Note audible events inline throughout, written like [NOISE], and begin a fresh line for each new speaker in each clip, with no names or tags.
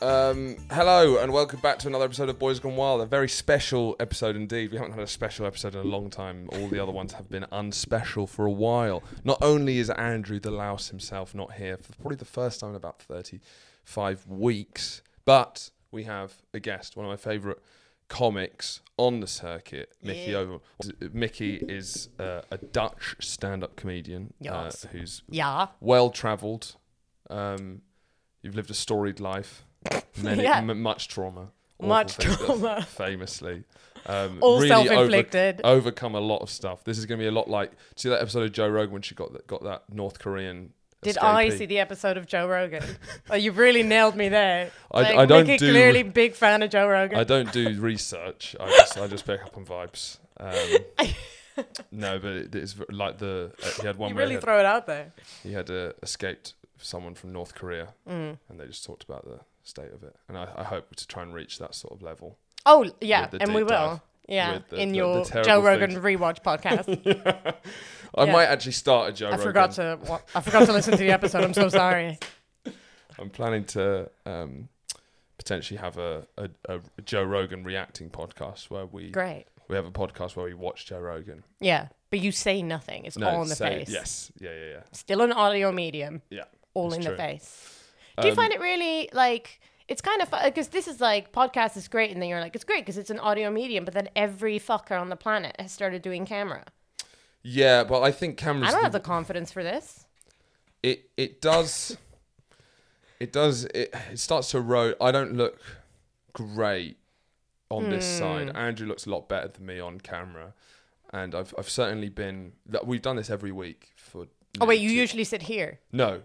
Um, hello and welcome back to another episode of Boys Gone Wild. A very special episode indeed. We haven't had a special episode in a long time. All the other ones have been unspecial for a while. Not only is Andrew the Louse himself not here for probably the first time in about 35 weeks, but we have a guest, one of my favourite comics on the circuit, Mickey Oval. Mickey is uh, a Dutch stand-up comedian uh,
Yes.
who's
Yeah.
well travelled. Um, you've lived a storied life, many
[LAUGHS] Yeah.
m- much trauma, awful
Much
things, [LAUGHS]
trauma.
famously. Um,
All
really Oh,
self-inflicted.
Over, overcome a lot of stuff. This is going to be a lot like see that episode of Joe Rogan when she got that, got that North Korean.
Did I
escapee?
see the episode of Joe Rogan? [LAUGHS] oh, you've really nailed me there.
I- I don't
Mickey
do-
clearly big fan of Joe Rogan.
I don't
[LAUGHS]
do research. I just I just pick up on vibes. Um,
[LAUGHS]
no, but it, it's v- like the uh, he had one
you
where he
really
had-
throw it out there.
he had uh, escaped someone from North Korea,
Mm.
and they just talked about the state of it. And I, I hope to try and reach that sort of level.
Oh yeah,
With the
and we
deep dive.
will. Yeah,
With the-
in
the-
your
the terrible
Joe Rogan
things. [LAUGHS]
rewatch podcast.
I
Yeah.
might actually start a Joe
I
Rogan.
forgot to. wa- I forgot to listen to the episode. I'm
[LAUGHS]
so sorry.
I'm planning to um, potentially have a, a, a Joe Rogan reacting podcast where we
Great.
we have a podcast where we watch Joe Rogan.
Yeah, but you say nothing. It's all in the
say-
face.
Yes. Yeah. Yeah. Yeah.
Still an audio medium.
Yeah.
all
It's
in
true.
the face. Do
Um,
you find it really like it's kind of because this is like podcast is great, and then you're like it's great because it's an audio medium, but then every fucker on the planet has started doing camera.
Yeah, but I think cameras.
I don't
the-
have the confidence for this.
it it does it does it, it starts to erode i don't look great on this
Hmm.
side andrew looks a lot better than me on camera and i've i've certainly been that we've done this every week for
Oh wait, you
two-
usually sit here.
no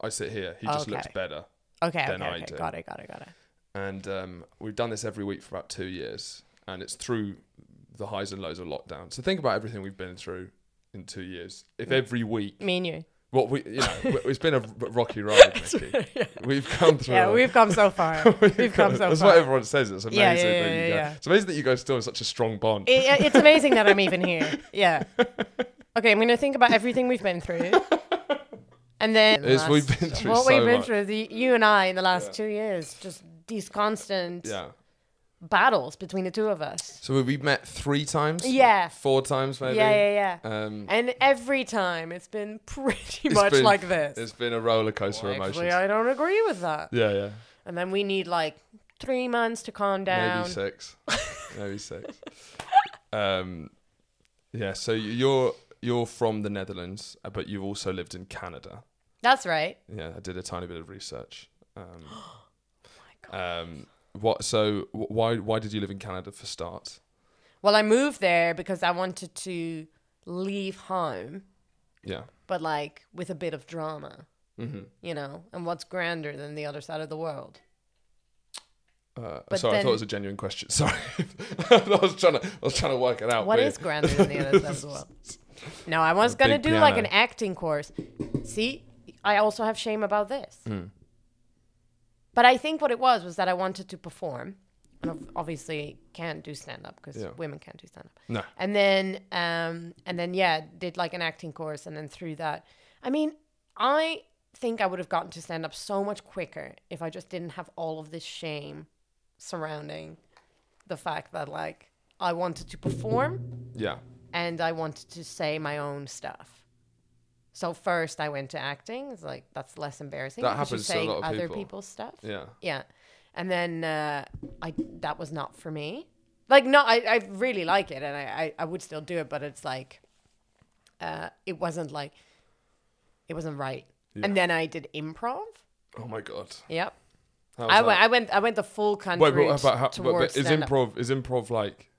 i sit here he just looks
Okay.
better
Okay,
Then
okay,
I
okay.
do.
got it, got it, got it.
and um, we've done this every week for about two years and it's through the highs and lows of lockdown so think about everything we've been through in two years if every week
Mm. Me and [LAUGHS] you.
what we you know [LAUGHS] it's been a rocky ride Mickey. we've come through
[LAUGHS] Yeah,
a- [LAUGHS]
we've come so far. we've come so
That's what
far.
everyone says. It's amazing.
Yeah, yeah,
that
yeah,
you
yeah,
Guys,
yeah.
it's amazing that you guys still have such a strong bond.
It, it's amazing that I'm even
[LAUGHS]
here. Yeah. Okay, I'm gonna think about everything we've
[LAUGHS]
been through, and then
It's- we've been through
what
so
we've been
much.
through. The, you and I in the last
Yeah.
two years, just these constant
yeah.
battles between the two of us.
So we met three times.
Yeah.
Four times maybe.
Yeah, yeah, yeah.
Um,
and every time it's been [LAUGHS] pretty
it's
much
been-
like this.
It's been a roller coaster of
Actually,
emotions.
I don't agree with that.
yeah, yeah.
And then we need like three months to calm down.
Maybe
[LAUGHS]
six. maybe six. Um, yeah. So you- you're you're from the Netherlands, uh, but you've also lived in Canada.
That's right.
Yeah, I did a tiny bit of research.
[GASPS]
Um,
Oh
um, what? So wh- why why did you live in Canada for start?
Well, I moved there because I wanted to leave home,
Yeah.
but like with a bit of drama. Mm-hmm. You know, and what's grander than the other side of the world?
Uh,
But
sorry, I thought it
then-
was a genuine question. [LAUGHS] Sorry, I was trying to I was trying to work it out.
What
but-
is grander than the other side of the
[LAUGHS]
world? No, I was gonna
big
do like an
piano.
acting course. See, I also have shame about this.
Hmm.
But I think what it was was that I wanted to perform, and ob- obviously can't do stand up because
Yeah.
women can't do stand up.
No.
And then, um, and then yeah, did like an acting course, and then through that, I mean, I think I would have gotten to stand up so much quicker if I just didn't have all of this shame surrounding the fact that like I wanted to perform
Yeah,
and I wanted to say my own stuff. So first I went to acting. It's like that's less embarrassing.
That
because you're
happens to a
saying
lot of
other
people.
people's stuff.
yeah,
Yeah. And then uh, I that was not for me. Like no, I, I really like it and I, I, I would still do it, but it's like uh, it wasn't like it wasn't right. And then I did improv.
Oh my god,
Yep.
How was
I
that?
went, I went I went the full country
Wait, but, about how, but- but,
towards
is
stand-up.
improv is improv like?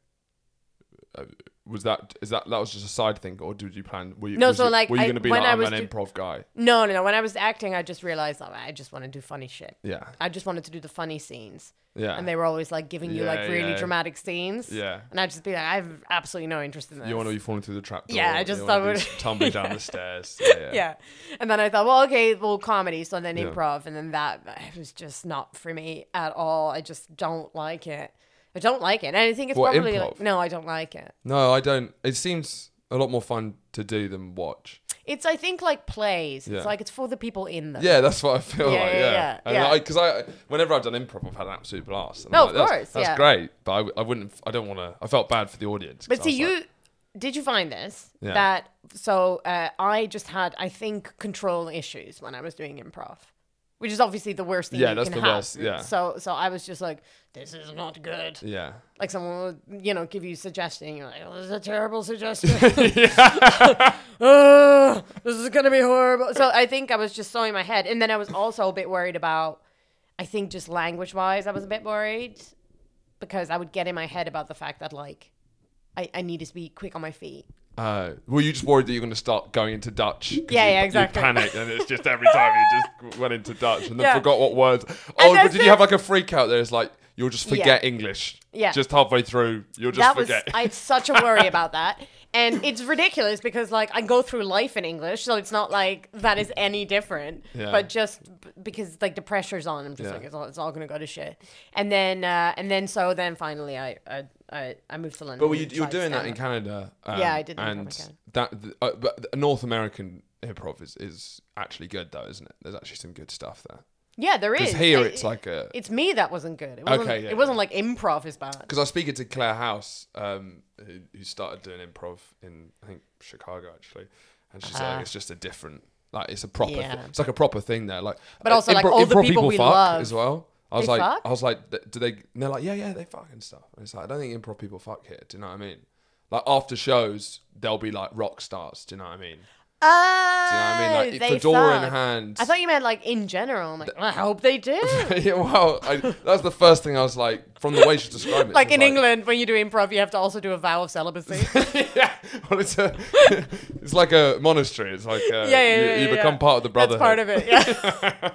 Uh, was that is that that was just a side thing, or did you plan? Were you,
No,
was
so,
you-
like,
were you
I-
going to be
when
like
I
I'm
was
an
do-
improv guy?
No, no, no. When I was acting, I just realized like, I just want to do funny shit.
Yeah,
I just wanted to do the funny scenes.
yeah.
And they were always like giving you
Uh, Yeah,
like really
yeah.
dramatic scenes.
Yeah.
And I'd just be like, I have absolutely no interest in this.
you want to be falling through the trap door.
Yeah, I
you
just
wanna
thought
be
would-
tumbling down the stairs. Yeah, yeah.
[LAUGHS] yeah. And then I thought, well, okay, well, comedy. So then
Yeah.
improv. And then that it was just not for me at all. I just don't like it. I don't like it. And I think it's
What,
probably
improv?
like, no, I don't like it.
No, I don't. It seems a lot more fun to do than watch.
It's I think like plays.
Yeah.
It's like it's for the people in them.
Yeah, that's what I feel
Yeah,
like.
yeah,
Yeah,
yeah,
And
yeah.
I, because I, whenever I've done improv, I've had an absolute blast. And
No,
I'm like,
of
that's,
course,
That's
yeah.
great, but I, w- I wouldn't. I don't want to. I felt bad for the audience. 'cause
But
I
see,
was like,
you did you find this
Yeah.
that so uh, I just had I think control issues when I was doing improv, which is obviously the worst thing.
Yeah,
you
that's
can
the
have.
worst, yeah.
So so I was just like, this is not good. [LAUGHS]
yeah.
Like someone would you know give you a suggestion, you're like, oh, this is a terrible suggestion. [LAUGHS] Ugh, this is gonna be horrible. So I think I was just so in my head, and then I was also a bit worried about. I think just language wise, I was a bit worried because I would get in my head about the fact that like I, I needed to be quick on my feet.
[LAUGHS] Uh, were you just worried that you're going to start going into Dutch? 'cause
Yeah,
you,
yeah, exactly.
You panicked, and it's just every time you
[LAUGHS]
just went into Dutch and then
Yeah.
forgot what words. Oh,
that's
but did you
it.
have like a freak out there? It's like you'll just forget English.
Yeah.
Just halfway through, you'll just
that was
forget.
I had such a worry about that. And it's ridiculous because like I go through life in English, so it's not like that is any different.
Yeah.
But just b- because like the pressure's on, I'm just
Yeah.
like it's all, it's all gonna go to shit. And then uh, and then so then finally I I, I, I moved to London.
But were you,
and
you were
tried
doing that in
stand-up.
Canada. um,
Yeah, I did improv in
And
Canada.
that th- uh, but the- North American hip hop is, is actually good though, isn't it? There's actually some good stuff there.
Yeah, there is.
Because here
I-
it's like a
it's me that wasn't good. It wasn't,
Okay, yeah,
it wasn't like improv is bad.
because I was speaking to Claire House, um, who, who started doing improv in I think Chicago actually, and she's
Ah.
like it's just a different like it's a proper
Yeah.
thi- it's like a proper thing there like
But
uh,
also, like, all the people we
fuck
love,
as well. I was
they
like
fuck?
I was like th- do they and they're like yeah yeah they fuck and stuff and it's like I don't think improv people fuck here do you know what I mean like after shows they'll be like rock stars do you know what I mean
Oh,
do you know what I mean like
they
fedora in
suck.
hand
I thought you meant like in general. I'm like, I hope they do.
[LAUGHS] yeah, well, I, that was the first thing I was like, from the way she described it.
like
she was
in England, when you do improv, you have to also do a vow of celibacy.
yeah, [LAUGHS] well, it's a, [LAUGHS] it's like a monastery. It's like uh
yeah, yeah,
you,
yeah,
you
yeah,
become
yeah.
part of the brotherhood.
That's part of it. Yeah.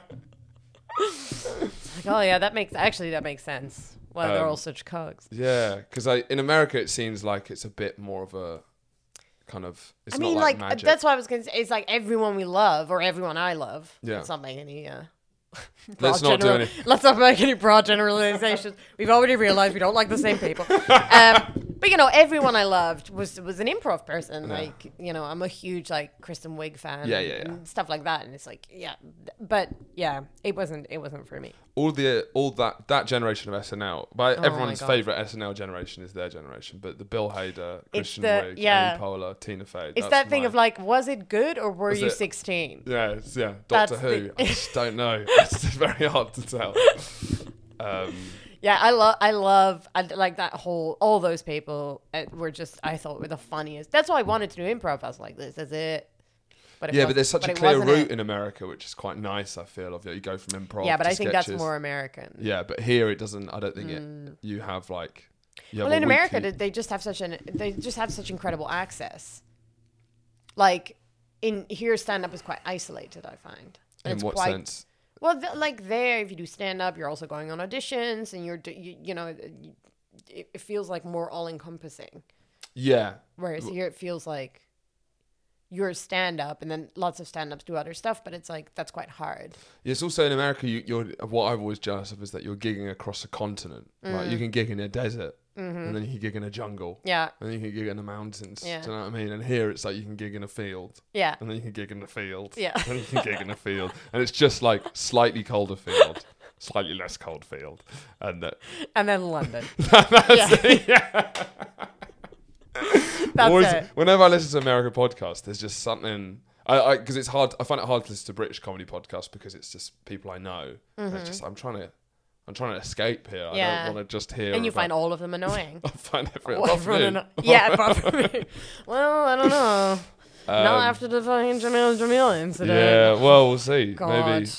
[LAUGHS] Like, oh yeah, that makes actually that makes sense. Why they're
Um,
all such cogs.
Yeah, because I in America it seems like it's a bit more of a kind of. It's
I mean,
not
like, uh,
like, magic.
that's why I was gonna say it's like everyone we love or everyone I love.
Yeah.
Let's not make any. Uh, broad
Let's not do
general-
any-
Let's not make any broad generalizations. We've already realized we don't like the same people. Um, but you know, everyone I loved was was an improv person. Like, you know, I'm a huge like Kristen Wiig fan.
Yeah, yeah, yeah.
And stuff like that, and it's like, yeah, th- but yeah, it wasn't. It wasn't for me.
all the all that that generation of SNL. But
Oh my
everyone's
God.
favorite SNL generation is their generation. But the Bill Hader, Christian
the-
Wiig,
yeah.
Amy Poehler, Tina Fey.
It's
that's
that thing
mine.
of like, was it good or were you
it-
16?
Yeah, it's, yeah.
That's
Doctor Who.
the-
I just don't
[LAUGHS]
know. It's very hard to tell. Um,
Yeah, I love, I love, I d- like that whole, all those people uh, were just, I thought were the funniest. That's why I wanted to do improv. I was like, this is it. But it
yeah,
was-
but there's such a
it
clear
wasn't
route
it.
in America, which is quite nice. I feel of you go from improv.
Yeah, but
to
I think
sketches.
that's more American.
Yeah, but here it doesn't. I don't think it. You have like. You have
well,
a
in America,
weekly-
did they just have such an, they just have such incredible access. Like in here, stand up is quite isolated. I find. And
in
it's
what
quite,
sense?
Well, th- like there, if you do stand up, you're also going on auditions, and you're, d- you, you know, you- it, it feels like more all encompassing.
Yeah,
Whereas here, it feels like you're stand up, and then lots of stand ups do other stuff, but it's like that's quite hard.
it's also in America. You, you're what I've always jealous of is that you're gigging across a continent. Like you can gig in a desert, and then you can gig in a jungle,
Mm. Mm-hmm. Yeah,
and then you can gig in the mountains.
Yeah.
Do you know what I mean? And here it's like you can gig in a field,
yeah,
and then you can gig in the field,
Yeah.
and then you can gig in a field, and it's just like slightly colder
[LAUGHS]
field, slightly less cold field, and uh, that.
and then London.
[LAUGHS] that's it, yeah.
[LAUGHS] That's
Always-
it.
Whenever I listen to American podcasts, there's just something I because it's hard. I find it hard to listen to British comedy podcasts because it's just people I know. And it's just I'm trying to, I'm trying to escape here. I
Mm-hmm. Yeah.
don't want to just hear.
And you
about-
find all of them annoying.
[LAUGHS] I find everyone.
Well,
above
everyone
you.
anno- yeah, apart from me. Well, I don't know.
Um,
Not after the fucking Jamil Jamil incident.
Yeah. Well, we'll see.
[LAUGHS] God.
Maybe.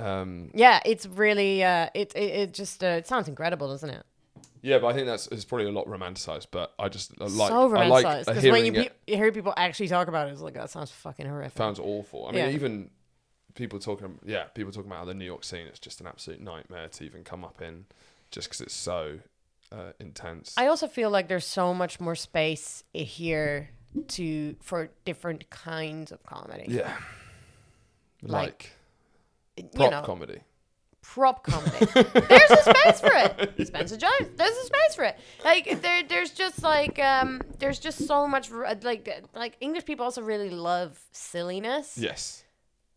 Um,
Yeah, it's really uh, it, it it just uh, it sounds incredible, doesn't it?
yeah, but I think that's it's probably a lot romanticized. But I just I like
so
I
romanticized
like
because
hearing
when you,
it.
pe- you hear people actually talk about it, it's like that sounds fucking horrific.
sounds awful. I mean,
Yeah.
even people talking, yeah, people talking about how the New York scene it's just an absolute nightmare to even come up in, just because it's so uh, intense.
I also feel like there's so much more space i- here to for different kinds of comedy.
yeah, like,
Like, you
prop
know,
comedy. [LAUGHS]
prop comedy. there's a space for it. Spencer Jones. There's a space for it. Like there, there's just like um, there's just so much r- like like English people also really love silliness,
Yes.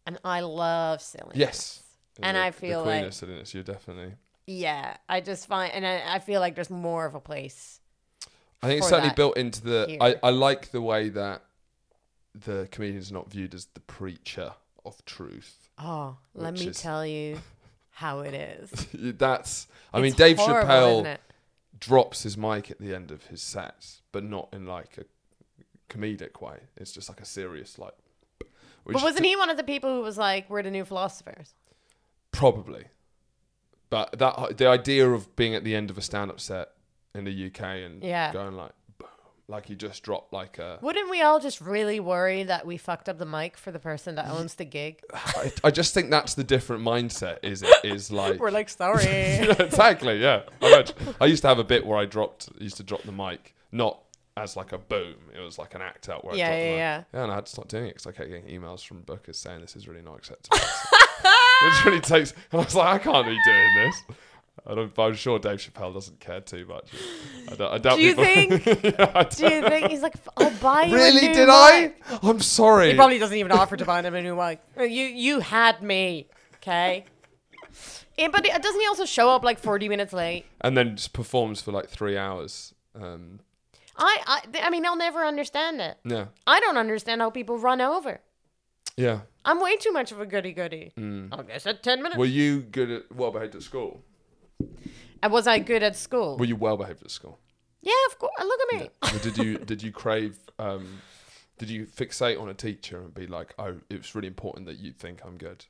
and I love silliness.
Yes.
And I feel
the queen
like-
of silliness, you're definitely.
Yeah, I just find, and I, I feel like there's more of a place.
I think it's
for
certainly
that
built into the.
here.
I, I like the way that the comedian's not viewed as the preacher of truth. [LAUGHS]
Oh, let
Which
me
is-
tell you how it is.
That's. [LAUGHS] I mean,
It's
Dave
horrible, isn't
Chappelle
it?
drops his mic at the end of his sets, but not in like a comedic way. It's just like a serious like. Which
But wasn't he one of the people who was like, "We're the new philosophers"?
Probably, but that the idea of being at the end of a stand-up set in the UK and
Yeah.
going like, boom, like you just dropped like a.
Wouldn't we all just really worry that we fucked up the mic for the person that owns the gig?
I, I just think that's the different mindset. Is it is like
[LAUGHS] [LAUGHS] We're like, sorry.
Yeah, [LAUGHS] exactly. Yeah, I, read- I used to have a bit where I dropped used to drop the mic, not as like a boom. It was like an act out where
Yeah,
I dropped the
yeah,
mic.
yeah.
and I had to stop doing it because I kept getting emails from bookers saying this is really not acceptable. [LAUGHS] Which really takes. And I was like, I can't be doing this. I don't, but I'm sure Dave Chappelle doesn't care too much. I, don't, I doubt
[LAUGHS] Do you
people- [LAUGHS]
think-
Yeah, I
Do you think he's like, "F- I'll buy you a
really
new
did
mic."
I? I'm sorry.
He probably doesn't even offer to buy him a new [LAUGHS] mic. You you had me, okay? [LAUGHS] Yeah, but it- doesn't he also show up like 40 minutes late?
and then just performs for like three hours. Um,
I I, I mean, I'll never understand it.
yeah,
I don't understand how people run over.
yeah.
I'm way too much of a goody goody. I guess at 10 minutes.
Were you good at well behaved at school?
And was I good at school?
Were you well behaved at school?
yeah, of course. Look at me.
Or did you did you crave um, did you fixate on a teacher and be like, oh, it's really important that you think I'm good?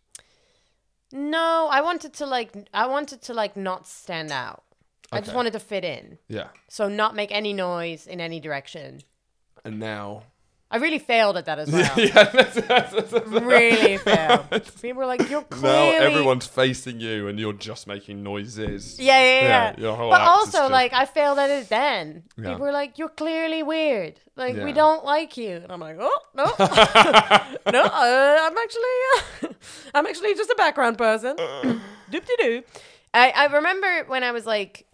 No, I wanted to like I wanted to like not stand out. I just
Okay.
wanted to fit in.
Yeah.
So not make any noise in any direction.
And now,
I really failed at that as well.
[LAUGHS] yeah, that's- that's- that's- that's-
really failed. People were like, "You're
now
clearly."
everyone's facing you and you're just making noises.
Yeah, yeah, yeah.
Yeah,
yeah
your whole
but
act is
also,
just-
like, I failed at it then.
Yeah.
People were like, "You're clearly weird. Like,
Yeah.
we don't like you." And I'm like, "Oh
[LAUGHS]
no, [LAUGHS] no, uh, I'm actually, uh, [LAUGHS] I'm actually just a
[COUGHS]
background person." doop de doop. I, I remember when I was like,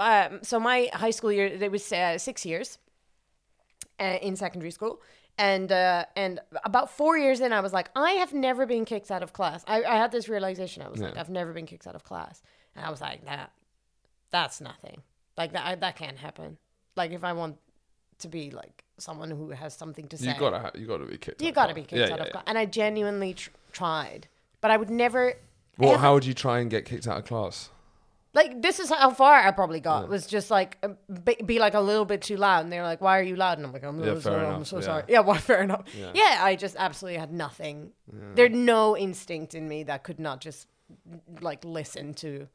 um, so my high school year it was uh, six years uh, in secondary school. And uh, and about four years in, I was like, I have never been kicked out of class. I, I had this realization. I was like,
Yeah.
I've never been kicked out of class. And I was like, that, that's nothing. Like that, I, that can't happen. Like if I want to be like someone who has something to say,
You gotta ha- you gotta be kicked.
you
out of
gotta be
class.
kicked out of class. And I genuinely tr- tried, but I would never.
Well,
ever-
how would you try and get kicked out of class?
like this is how far I probably got was just like um, be, be like a little bit too loud, and they're like, "Why are you loud?" And I'm like, "I'm,
Yeah,
so-
fair
I'm
enough,
so
yeah.
sorry." Yeah, [LAUGHS] well, fair enough.
Yeah.
Yeah. I just absolutely had nothing. There's no instinct in me that could not just like listen to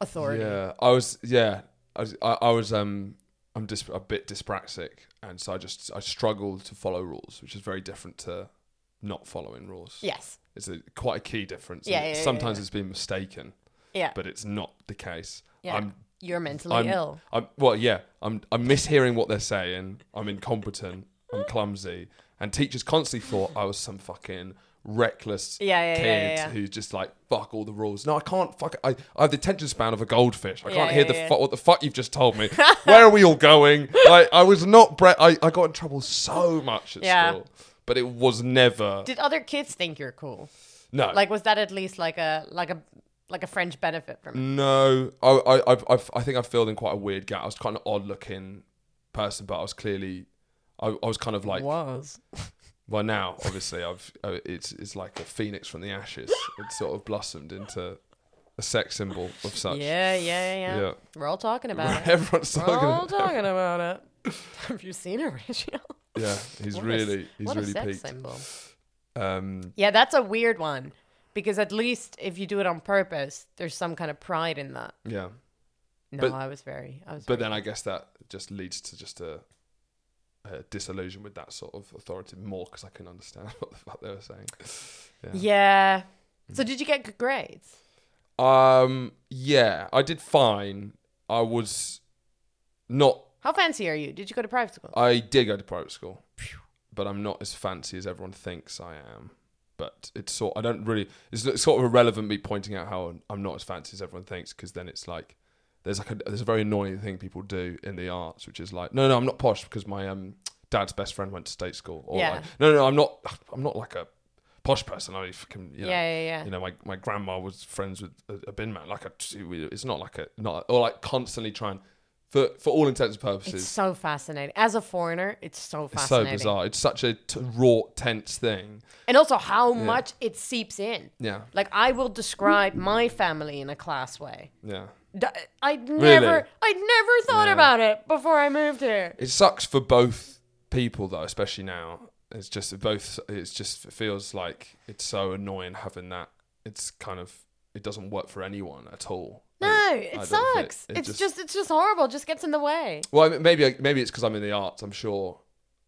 authority.
Yeah, I was. Yeah, I was. I, I was um, I'm dis- a bit dyspraxic, and so I just I struggle to follow rules, which is very different to not following rules.
Yes.
it's a quite a key difference.
Yeah,
and
yeah, yeah,
sometimes
yeah.
it's been mistaken,
Yeah.
but it's not the case.
yeah.
I'm.
You're mentally
I'm,
ill.
I'm. Well, yeah. I'm. I'm mishearing what they're saying. I'm incompetent. I'm clumsy, and teachers constantly thought I was some fucking reckless
Yeah, yeah, yeah,
kid
yeah, yeah.
who's just like fuck all the rules. No, I can't fuck. I, I have the attention span of a goldfish. I
Yeah,
can't hear
yeah,
the
yeah.
fu- what the fuck you've just told
[LAUGHS]
me. Where are we all going? Like I was not. Bre- I I got in trouble so much at
Yeah.
school, but it was never.
Did other kids think you're cool?
no,
Like, was that at least like a like a like a French benefit from? it?
No, I, I, I, I've- I think I filled in quite a weird gap. I was kind of odd looking person, but I was clearly, I, I was kind of like,
was
well, now obviously I've, uh, it's, it's like a phoenix from the ashes. It sort of blossomed into a sex symbol of such.
yeah, Uh, yeah, yeah,
Yeah.
yeah. We're all talking
[LAUGHS]
about it.
Everyone's talking.
We're all
about-
talking about it. [LAUGHS] Have you seen it, Horatio?
Yeah, he's
What a s-
really, he's
what a
really
sex
peaked.
symbol.
Um,
Yeah, that's a weird one because at least if you do it on purpose, there's some kind of pride in that.
yeah,
No,
But-
I was very, I was.
but
very-
then I guess that just leads to just a, a disillusion with that sort of authority more because I can understand [LAUGHS] what the fuck they were saying. Yeah.
yeah. So
Mm.
did you get good grades?
Um, yeah, I did fine. I was not.
How fancy are you? Did you go to
Oh,
private school?
I did go to private school, but I'm not as fancy as everyone thinks I am. But it's sort. I don't really. It's it's sort of irrelevant me pointing out how I'm not as fancy as everyone thinks, because then it's like there's like a, there's a very annoying thing people do in the arts, which is like, no, no, I'm not posh because my um dad's best friend went to state school, or
Yeah.
like, no, no, I'm not. I'm not like a posh person. I fucking you know,
yeah, yeah, yeah.
you know, my, my grandma was friends with a, a bin man. Like, a, it's not like a, not, or like constantly trying, for, for all intents and
It's
purposes,
so fascinating. As a foreigner, it's so
it's so
fascinating.
bizarre. It's such a t- raw, tense thing.
And also how much it seeps in.
Yeah.
Like I will describe
Mm.
my family in a class way.
Yeah.
D- I'd never,
Really?
I'd never thought about it before I moved here.
It sucks for both people, though, especially now. It's just both, it's just, it feels like it's so annoying having that. It's kind of, it doesn't work for anyone at all.
No,
I
it
don't think-
sucks.
it
it's
just-
just, it's just horrible. It just gets in the way.
Well, I mean, maybe, maybe it's because I'm in the arts. I'm sure,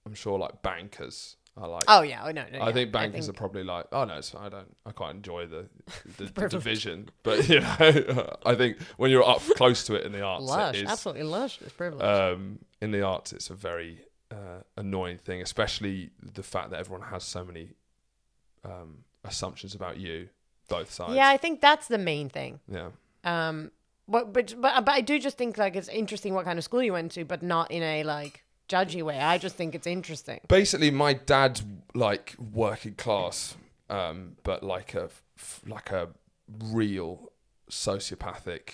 I'm sure like bankers are like,
Oh yeah, oh no, no.
I
yeah.
think bankers are
think-
probably like, oh no, it's, I don't, I quite enjoy the,
[LAUGHS]
the, the
Privilege.
division, but you know, [LAUGHS] I think when you're up close to it in the arts,
lush,
it is,
absolutely lush. It's privilege.
um, in the arts, it's a very uh, annoying thing, especially the fact that everyone has so many um, assumptions about you, both sides.
yeah, I think that's the main thing.
yeah,
Um, but but but but I do just think like it's interesting what kind of school you went to, but not in a like judgy way. I just think it's interesting.
basically my dad's like working class um but like a f- like a real sociopathic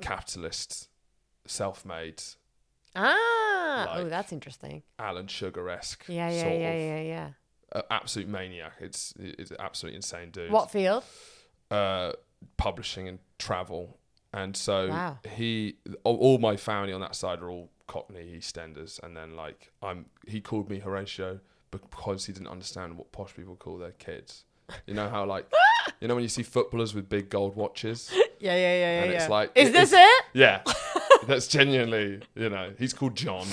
capitalist self-made
Ah, oh,
Like-
that's interesting.
alan sugar-esque
Yeah, yeah,
sort
yeah,
of
yeah, yeah.
uh, absolute maniac it's it's an absolutely insane dude
What field?
uh publishing and travel and so
Wow.
he all, all my family on that side are all cockney eastenders and then like i'm he called me horatio because he didn't understand what posh people call their kids you know how
[LAUGHS]
like you know when you see footballers with big gold watches
Yeah, yeah, yeah, yeah.
And it's
yeah.
like-
is
it-
this it?
yeah
[LAUGHS]
that's genuinely you know he's called john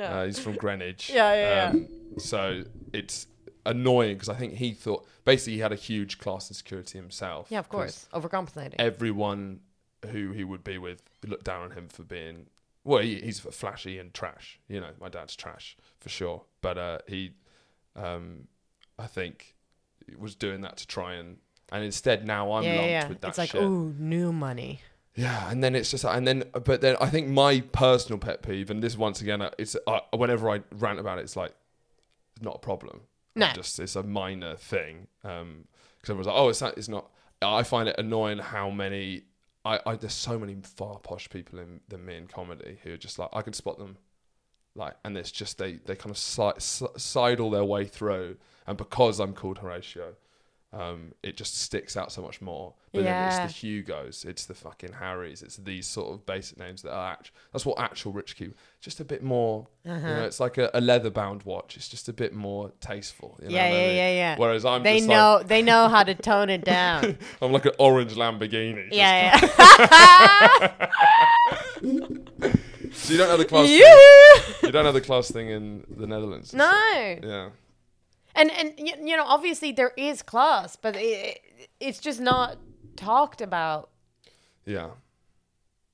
uh, he's from greenwich Um,
Yeah, yeah, yeah.
so it's annoying because i think he thought basically he had a huge class insecurity himself
Yeah, of
'cause
course. Overcompensating.
everyone who he would be with looked down on him for being well he, he's flashy and trash you know my dad's trash for sure but uh he um i think was doing that to try and and instead now i'm
yeah, yeah,
lumped
yeah.
with that
It's like,
shit
ooh, new money.
yeah and then it's just and then but then i think my personal pet peeve and this once again uh, it's uh, whenever i rant about it it's like it's not a problem
No.
I'm just it's a minor thing um because everyone's like oh it's not it's not i find it annoying how many i, I there's so many far posh people in than me in comedy who are just like i can spot them like and it's just they they kind of si- si- sidle their way through and because i'm called horatio um, it just sticks out so much more. But then
Yeah.
it's the Hugos, it's the fucking Harrys, it's these sort of basic names that are act- that's what actual rich people. Just a bit more,
Uh-huh.
you know, it's like a, a leather bound watch. It's just a bit more tasteful. You know
Yeah,
what I
yeah,
mean?
yeah, yeah.
Whereas I'm
They
just
know they know how to tone it down.
[LAUGHS] like I'm like an orange Lamborghini.
yeah,
[LAUGHS]
[LAUGHS]
Just- so you don't have the
yeah.
class. Thing,
Yoo-hoo!
you don't have the class thing in the Netherlands.
[LAUGHS] No.
Yeah.
And and y- you know, obviously there is class, but it, it's just not talked about.
Yeah.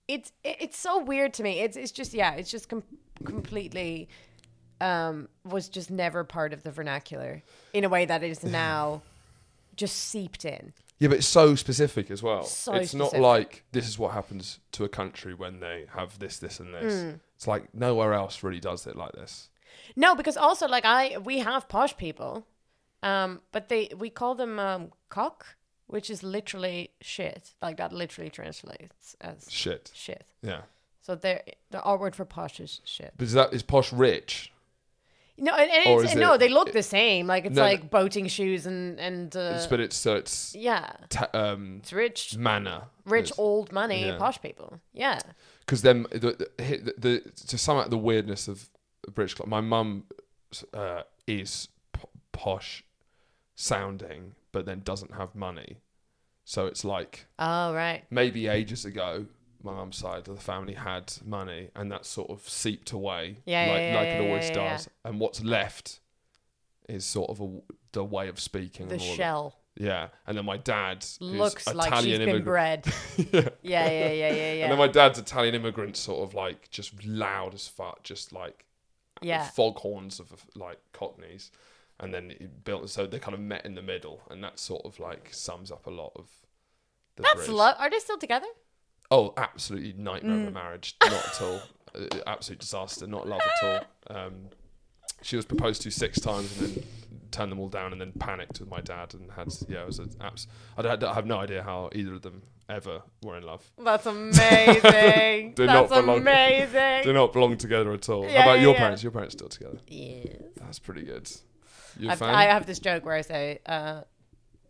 It's it, it's so weird to me. It's it's just yeah, it's just com- completely um was just never part of the vernacular in a way that it
[LAUGHS]
is now just seeped in.
Yeah, but it's so specific as well.
So
it's not
specific.
like this is what happens to a country when they have this, this, and this.
Mm.
It's like nowhere else really does it like this.
No, because also like I we have posh people, um, but they we call them um, cock, which is literally shit. Like that literally translates as
Shit.
shit.
Yeah.
So they the R word for posh is shit.
But is that is posh rich?
No, and, and
Or
it's,
is
no,
it-
they look the same. Like it's
No, no.
like boating shoes and and uh,
It's- but it's so it's
yeah,
ta- um
it's rich,
manner.
rich old money,
yeah.
posh people. Yeah,
Because then the, the, hi- the, the to sum up the weirdness of British club, my mum uh, is p- posh sounding, but then doesn't have money. So it's like
oh right,
maybe ages ago, my mum's side of the family had money, and that sort of seeped away,
Yeah, yeah,
like,
yeah,
like
yeah,
it always
yeah, yeah.
does. And what's left is sort of a, the way of speaking.
the
and all of-
shell
yeah, and then my dad who's
looks
Italian
like she's been
immigrant.
bred.
[LAUGHS] yeah.
Yeah, yeah, yeah, yeah, yeah.
And then my dad's Italian immigrant, sort of like just loud as fuck, just like
yeah.
foghorns of like cockneys. and then it built. So they kind of met in the middle, and that sort of like sums up a lot of. The
That's
bridge.
love. Are they still together?
Oh, absolutely nightmare
Mm.
of a marriage. Not at all. Uh, Absolute disaster. Not love at all. Um, she was proposed to six times and then turned them all down and then panicked with my dad and had yeah it was an abs- I, don't, I have no idea how either of them ever were in love. [LAUGHS]
That's amazing.
Do
That's
not belong-
amazing.
They not belong together at all.
Yeah,
how about
yeah,
your
yeah.
parents? Your parents still together?
Yes.
That's pretty good. You a
I've,
fan?
I have this joke where I say, uh,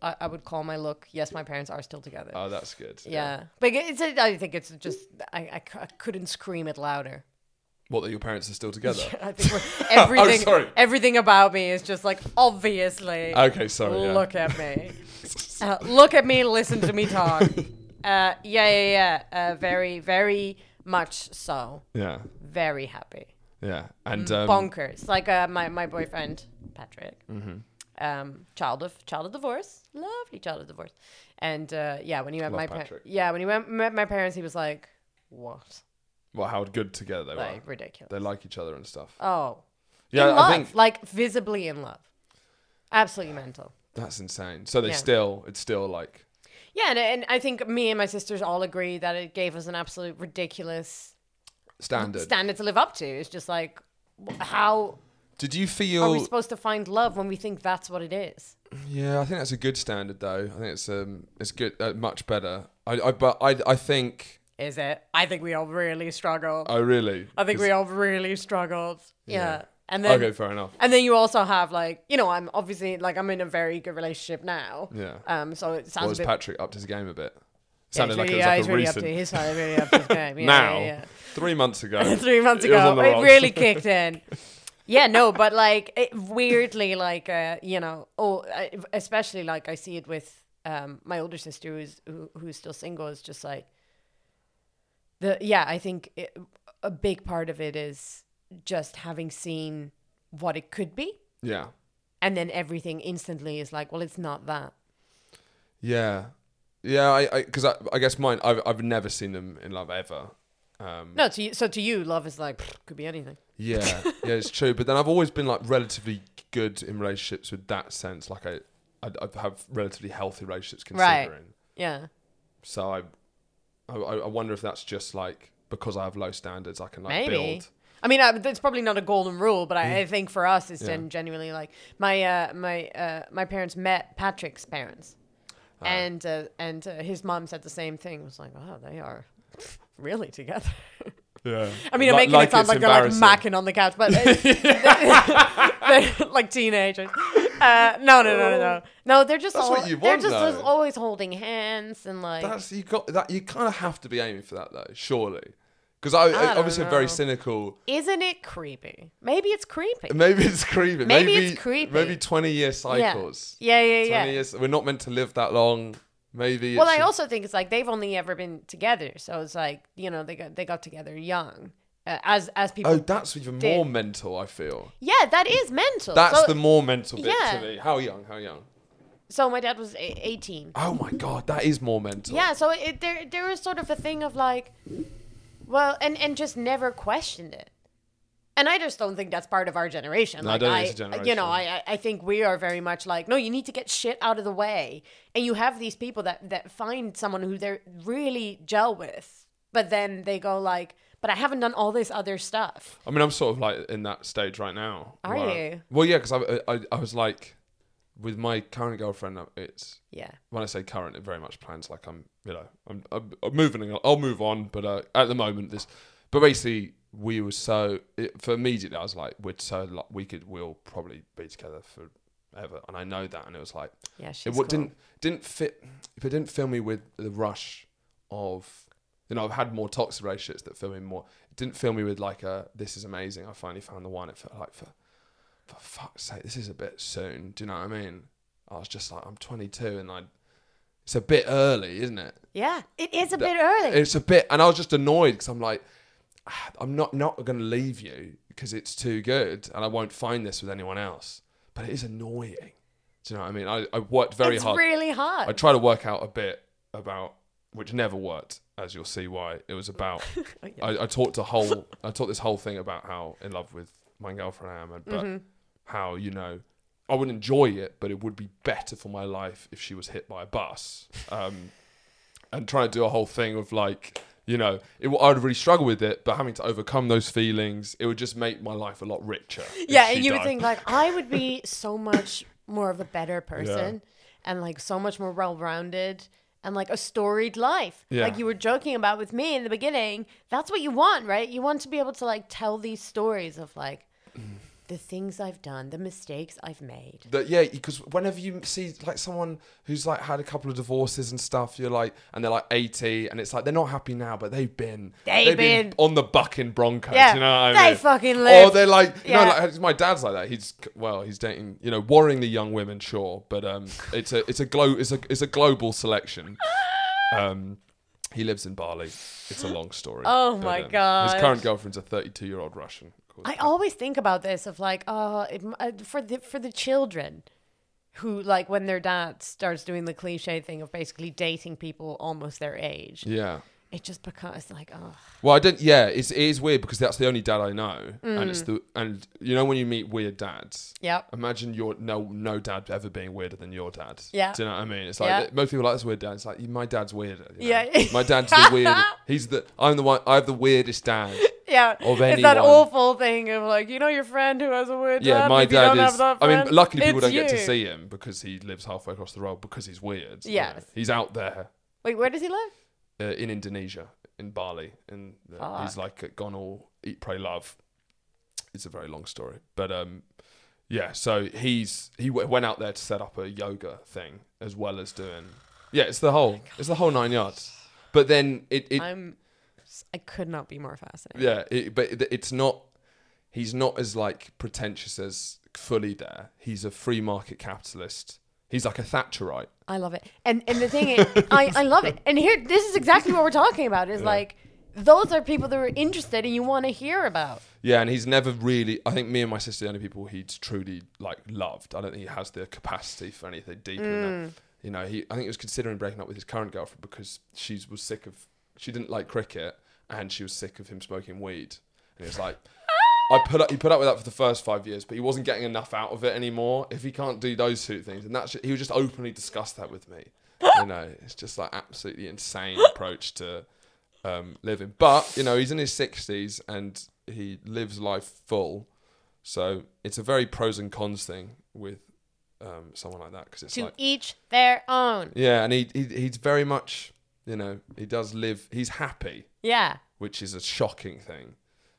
I, I would call my look, yes, my parents are still together.
oh, that's good.
yeah. But it's, a, I think it's just, I, I, c- I couldn't scream it louder.
What that your parents are
[LAUGHS]
still together?
I think
[LAUGHS]
we're, everything,
sorry.
everything about me is just like, obviously,
Okay, sorry. Yeah.
look
[LAUGHS]
at me. Uh, look at me, listen to me talk. Uh, yeah, yeah, yeah. Uh, very, very much so.
yeah,
Very happy.
yeah, and
Mm,
um,
bonkers. Like uh, my my boyfriend Patrick,
Mm-hmm.
um, child of child of divorce, lovely child of divorce, and uh, yeah, when he met
Love
my par-
Patrick.
yeah when he went, met my parents, he was like, "What?
well, how good together they were.
Like ridiculous."
They like each other and stuff.
oh,
Oh, Yeah,
in love,
I think
like visibly in love, absolutely mental.
That's insane. So they
Yeah.
still, it's still like,
Yeah, and, and I think me and my sisters all agree that it gave us an absolute ridiculous
standard.
standard to live up to. It's just like, wh- how
Did you
are we
feel?
supposed to find love when we think that's what it is?
yeah, I think that's a good standard though. I think it's um, it's good, uh, much better. I, I, but I, I think,
Is it? I think we all really struggle.
I really.
I think we all really struggled. Yeah. And then
Okay, fair enough.
and then you also have like, you know, I'm obviously like I'm in a very good relationship now.
Yeah.
Um so it sounds
Well, has
a bit
Patrick upped his game a bit?
yeah, he's
Sounded like
really,
it was
yeah, he's
like a
really up
recent.
to he's sorry, really up
[LAUGHS]
to his game. Yeah,
now,
yeah, yeah.
three months
[LAUGHS]
ago.
Three months
it was on
ago.
the
It
rocks. [LAUGHS]
really kicked in. Yeah, no, but like it weirdly like uh, you know, oh I, especially like I see it with um my older sister who's who, who's still single is just like the yeah i think it, a big part of it is just having seen what it could be
yeah,
and then everything instantly is like well it's not that
yeah, yeah. I, because I, I guess mine. I've, I've never seen them in love ever. Um,
no to you so to you love is like pfft, could be anything
Yeah, yeah, it's true. But then I've always been like relatively good in relationships with that sense. Like I, I, I have relatively healthy relationships
Right.
considering.
yeah
So I, I, I wonder if that's just like because I have low standards, I can like
maybe
build.
I mean, I, it's probably not a golden rule, but I, I think for us, it's
Yeah.
then genuinely like my uh, my uh, my parents met Patrick's parents, and uh, and uh, his mom said the same thing. It was like, wow, they are [LAUGHS] really together.
Yeah.
I mean, I'm making it sound like they're like macking on the couch, but
[LAUGHS]
[LAUGHS] they're like teenagers. Uh, no, no, no, no, no. No, they're just
That's
all,
what you
they're
want,
just
though.
always holding hands and like
That's you got that. You kind of have to be aiming for that though, surely. Because I, I-
don't
obviously I'm
know.
very cynical.
isn't it creepy? Maybe it's creepy.
Maybe it's creepy.
Maybe it's creepy.
Maybe twenty year
Yeah.
cycles.
Yeah, yeah, yeah.
Twenty years. We're not meant to live that long. Maybe. it
Well, I
should-
also think it's like they've only ever been together, so it's like you know they got they got together young, uh, as as people.
Oh, that's even
did.
more mental. I feel.
yeah, that is mental.
That's
so,
the more mental bit
yeah.
to me. How young? How young?
so my dad was a- eighteen.
Oh my god, that is more mental.
Yeah, so it, there there is sort of a thing of like, well, and and just never questioned it. And I just don't think that's part of our generation.
No, I
like,
don't think it's a
You know, I
generation.
I- I think we are very much like, no, you need to get shit out of the way, and you have these people that that find someone who they really gel with, but then they go like, but I haven't done all this other stuff.
I mean, I'm sort of like in that stage right now.
Are
where-
you?
Well, yeah, because I, I I was like, with my current girlfriend, uh, it's
Yeah,
when I say current, it very much plans like I'm, you know, I'm, I'm, I'm moving. I'll move on, but uh, at the moment, this, but basically, we were so it, for immediately, I was like, we're so like we could, we'll probably be together forever, and I know that, and it was like,
yeah, she's
it
cool.
what didn't didn't fit if it didn't fill me with the rush of you know I've had more toxic relationships that fill me more it didn't fill me with like a this is amazing I finally found the one it felt like for for fuck's sake this is a bit soon do you know what I mean I was just like I'm 22 and I it's a bit early isn't it
Yeah, it is a
That-
bit early.
it's a bit and I was just annoyed because I'm like "Ah, I'm not not gonna leave you because it's too good and I won't find this with anyone else but it is annoying do you know what I mean I, I worked very
it's
hard
really hard.
I try to work out a bit about which never worked, as you'll see why. It was
[LAUGHS]
about
Oh,
I, I talked a whole
Mm-hmm.
I taught this whole thing about how in love with my girlfriend I am and but how, you know, I would enjoy it, but it would be better for my life if she was hit by a bus. Um, and trying to do a whole thing of like, you know, it, I would really struggle with it, but having to overcome those feelings, it would just make my life a lot richer. if
yeah,
she
and you would
died.
think like I would be so much more of a better person and like so much more well-rounded and like a storied life.
Yeah.
Like you were joking about with me in the beginning. That's what you want, right? You want to be able to like tell these stories of like the things I've done, the mistakes I've made.
that yeah because whenever you see like someone who's like had a couple of divorces and stuff you're like and they're like 80 and it's like they're not happy now but they've been
They've been-
on the bucking broncos
Yeah,
you know what I
they
mean?
fucking
or
lived.
they're like you know
Yeah.
like my dad's like that he's well he's dating you know worryingly young women sure but
[LAUGHS]
um it's a it's a glo it's a it's a global selection um he lives in Bali it's a long story
Oh
But,
my
um,
gosh.
his current girlfriend's a 32 year old Russian called
I always think about this of like, oh, it, m- uh, for the for the children who like when their dad starts doing the cliche thing of basically dating people almost their age.
yeah
It just becomes like, oh,
Well, I don't. Yeah, it's it is weird because that's the only dad I know, and
Mm.
it's the and you know when you meet weird dads.
yep.
Imagine your no no dad ever being weirder than your dad.
Yeah.
Do you know what I mean? It's like
Yeah.
most people are like this weird dad. It's like my dad's weirder. you know?
Yeah.
My dad's the
[LAUGHS]
weird. He's the I'm the one. I have the weirdest dad.
Yeah,
of
it's
anyone.
that awful thing of like you know your friend who has a weird
Yeah,
dad.
my
if you
dad
don't
is.
Have that
I mean,
friend,
luckily people
it's
don't get to
you.
see him because he lives halfway across the world because he's weird. you know?
Yes.
He's out there
Wait, where does he live?
uh, in Indonesia, in Bali, and the, he's like gone all eat, pray, love. It's a very long story, but um, yeah. So he's he w- went out there to set up a yoga thing as well as doing. Yeah, it's the whole it's the whole nine yards. But then it it
I'm. I could not be more fascinated.
yeah, it, but it, it's not. He's not as like pretentious as fully there. He's a free market capitalist. He's like a Thatcherite.
I love it. And and the thing
[LAUGHS]
is, I, I love it. And here, this is exactly what we're talking about. Is like those are people that are interested and you want to hear about.
Yeah, and he's never really. I think me and my sister are the only people he's truly like loved. I don't think he has the capacity for anything deeper than that. You know, he. I think he was considering breaking up with his current girlfriend because she was sick of. She didn't like cricket, and she was sick of him smoking weed. And it's like, I put up. He put up with that for the first five years, but he wasn't getting enough out of it anymore. If he can't do those two things, and that's he would just openly discuss that with me.
[LAUGHS]
you know, it's just like absolutely insane approach to um, living. But you know, he's in his sixties and he lives life full. So it's a very pros and cons thing with um, someone like that because it's
To
like
each their own.
yeah, and he, he he's very much you know he does live. He's happy,
Yeah.
which is a shocking thing.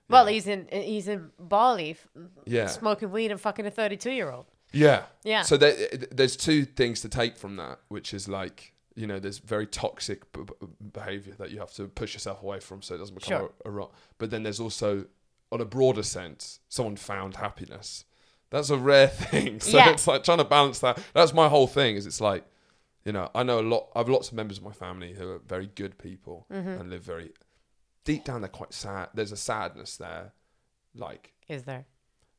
Well, he's in he's in Bali, f-
Yeah,
smoking weed and fucking a thirty-two year old.
yeah,
Yeah.
So there, there's two things to take from that, which is like. You know, there's very toxic b- b- behavior that you have to push yourself away from, so it doesn't become
Sure.
a, a rot. But then there's also, on a broader sense, someone found happiness. That's a rare [LAUGHS] thing. So
Yeah.
it's like trying to balance that. That's my whole thing. Is it's like, you know, I know a lot. I have lots of members of my family who are very good people
Mm-hmm.
and live very deep down. They're quite sad. There's a sadness there, like
Is there?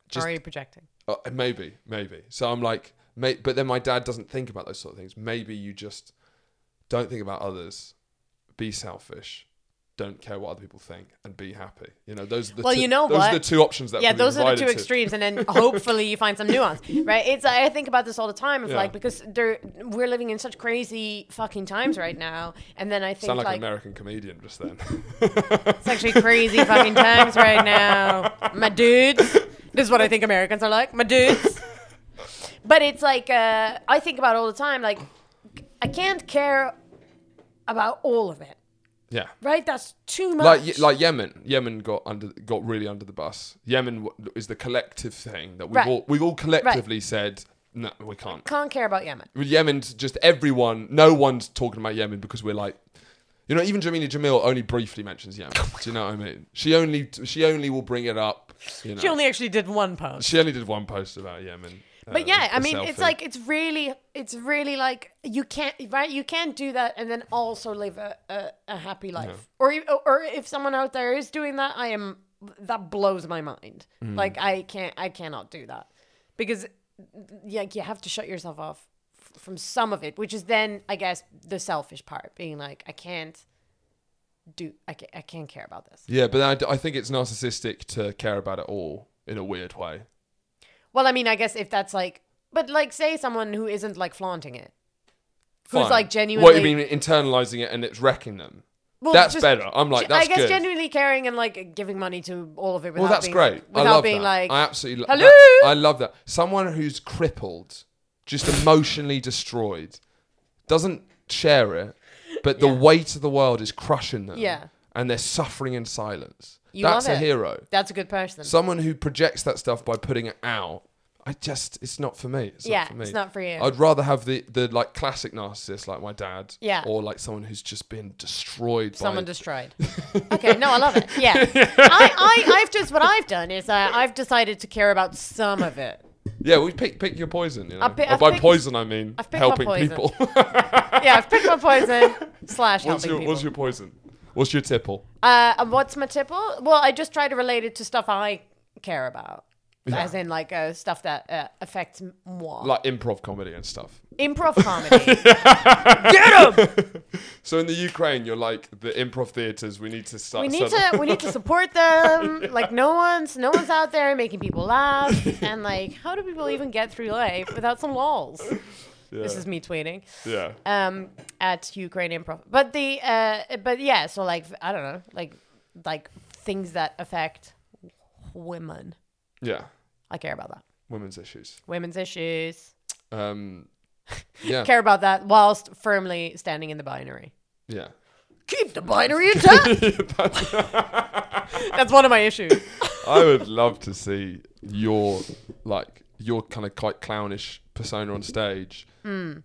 Just-
are you projecting?
uh, maybe, maybe. So I'm like, may- but then my dad doesn't think about those sort of things. Maybe you just don't think about others, be selfish, don't care what other people think, and be happy. You know, those are the
Well,
two,
you know
those
what?
are the two options that
yeah,
we've been
those are the
invited
two
to.
extremes,
[LAUGHS]
and then hopefully you find some nuance, right? It's I think about this all the time, of
Yeah.
like because they're we're living in such crazy fucking times right now, and then I think
Sound like, an
like
American comedian just then.
[LAUGHS] it's actually crazy fucking times right now, my dudes. This is what I think Americans are like, my dudes. But it's like uh, I think about it all the time, like I can't care about all of it,
yeah.
right? That's too much.
Like Ye- like Yemen, Yemen got under got really under the bus. Yemen w- is the collective thing that we've
Right.
all we've all collectively said no, we can't.
can't care about Yemen.
with Yemen's just everyone, no one's talking about Yemen because we're like, you know, even Jamila Jamil only briefly mentions
[LAUGHS]
Yemen.
Oh
do you know what I mean? She only she only will bring it up. You know, she, only,
actually did one post.
did one post about Yemen. uh,
But yeah,
a
I mean, it's
selfie.
like it's really, it's really like you can't, right? You can't do that and then also live a, a, a happy life. Or you- or if someone out there is doing that, I am that blows my mind. Like I can't, I cannot do that because like you have to shut yourself off f- from some of it, which is then I guess the selfish part, being like I can't do, I can't, I can't care about this.
yeah, but I d- I, think it's narcissistic to care about it all in a weird way.
Well, I mean, I guess if that's like But like, say someone who isn't like flaunting it, who's
Fine.
like
What
genuinely.
you mean internalizing it and it's wrecking them?
Well,
that's
just-
better. I'm like,
Ge-
that's
I guess
good.
genuinely caring and like giving money to all of it. Without
well, that's
being,
great. I
Without
love
being
that.
like,
I absolutely love
"Hello?"
that. I love that. Someone who's crippled, just emotionally destroyed, doesn't share it, but the weight of the world is crushing them.
Yeah.
And they're suffering in silence.
You
that's
love
a
it.
hero.
that's a good person.
Someone who projects that stuff by putting it out. I just, it's not for me. It's
Yeah,
not for me.
it's not for you.
I'd rather have the, the like classic narcissist, like my dad,
Yeah.
or like someone who's just been destroyed.
Someone
by, [LAUGHS]
destroyed. okay, no, I love it. Yeah, I, I, I've just what I've done is uh, I've decided to care about some of it.
Yeah, we pick pick your poison. You know,
I've pi-
Or
I've
by
picked-
poison I mean
I've picked my
helping
poison.
people. [LAUGHS]
Yeah, I've picked my poison. Slash
what's
helping
your
people.
What's your poison? What's your tipple?
Uh, and what's my tipple? Well, I just try to relate it to stuff I care about, as in like uh, stuff that uh, affects moi.
Like improv comedy and stuff.
[LAUGHS]
[LAUGHS]
Improv comedy.
So in the Ukraine, you're like the improv theaters. We need to start.
we need
start-
to we need to support them. Like no one's no one's out there making people laugh. And like, how do people even get through life without some lols?
yeah.
This is me tweeting.
yeah.
um at Ukraine improv. But the uh but yeah, so like I don't know, like like things that affect women.
yeah.
I care about that.
Women's issues.
Women's issues.
Um, yeah.
Care about that whilst firmly standing in the binary.
yeah.
Keep the binary intact.
[LAUGHS]
That's one of my issues.
I would love to see your like your kind of quite clownish persona on stage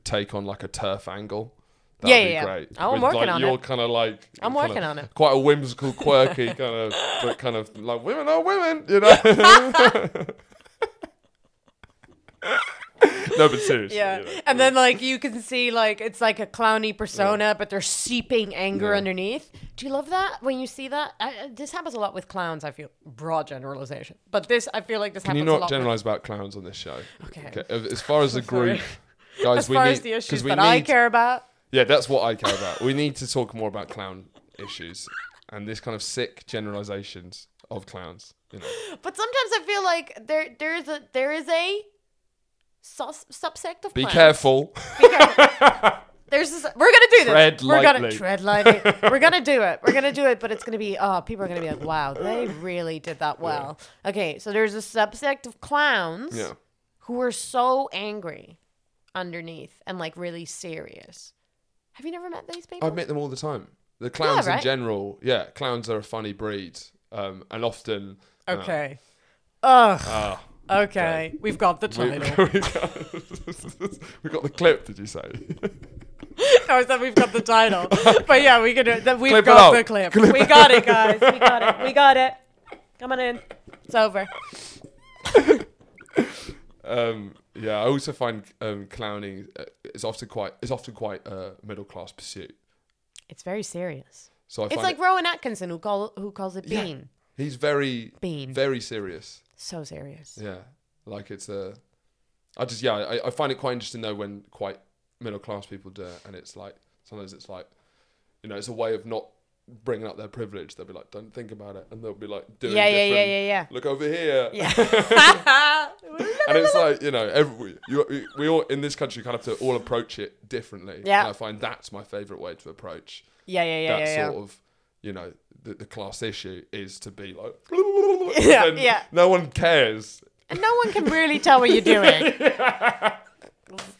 take on like a turf angle. That'd
Hmm. Yeah,
be
yeah, yeah.
great.
Oh, I'm
With,
working
like,
on
your
it.
kind of like
I'm
kinda-
working on it.
Quite a whimsical,
[LAUGHS]
quirky kind of, but kind of like women are women, you know. no, but seriously.
Yeah.
you know.
And then like you can see like it's like a clowny persona, but they're seeping anger
Yeah.
underneath. Do you love that when you see that? I, I- this happens a lot with clowns. I feel broad generalization, but this I feel like this
Can
happens
you
a
not
lot. with-
generalize about clowns on this show?
Okay.
As as far as the
[LAUGHS] sorry.
group, guys,
as
we
far
need
as the
'cause
issues
we
that I
need-
care about.
Yeah, that's what I care about. we need to talk more about clown issues and this kind of sick generalizations of clowns. You know,
But sometimes I feel like there there is a there is a sus- subsect of
be
clowns.
careful.
There's this, we're gonna do this.
Tread
we're gonna
lightly.
tread lightly.
[LAUGHS]
we're gonna do it. We're gonna do it. But it's gonna be oh, people are gonna be like, wow, they really did that well. Okay, so there's a subsect of clowns
yeah,
who are so angry underneath and like really serious. Have you never met these
[LAUGHS]
people?
I meet them all the time. The clowns
right.
in general, yeah, clowns are a funny breed, um, and often. uh,
okay. Ugh.
ah,
okay. We've got the
[LAUGHS] we,
title.
[LAUGHS] we got,
[LAUGHS]
we got [LAUGHS] the clip. Did you say? [LAUGHS]
No, I said we've got the title. But yeah, we could. That we've
Clip it
got
out.
the clip.
Clip
We got it, guys. We got it. We got it. Come on in. It's over.
Um, yeah, I also find um, clowning uh, is often quite is often quite a middle class pursuit.
It's very serious.
So I
It's
find
like
it-
Rowan Atkinson who call who calls it
Yeah.
bean.
he's very
Bean.
very serious.
So serious.
Yeah, like it's a. I just yeah, I, I find it quite interesting though when quite middle class people do it, and it's like sometimes it's like, you know, it's a way of not bringing up their privilege. They'll be like, don't think about it, and they'll be like doing
Yeah, yeah, yeah,
different-
yeah, yeah.
Look over here, [LAUGHS]
Yeah. [LAUGHS]
and it's like you know, every you, you- we all in this country kind of have to all approach it differently.
Yeah.
and I find that's my favorite way to approach
yeah, yeah, yeah,
that
yeah, yeah.
sort of you know the, the class issue is to be like,
[LAUGHS]
[LAUGHS]
Yeah,
and
yeah.
no one cares.
And no one can really tell what
[LAUGHS]
you're doing.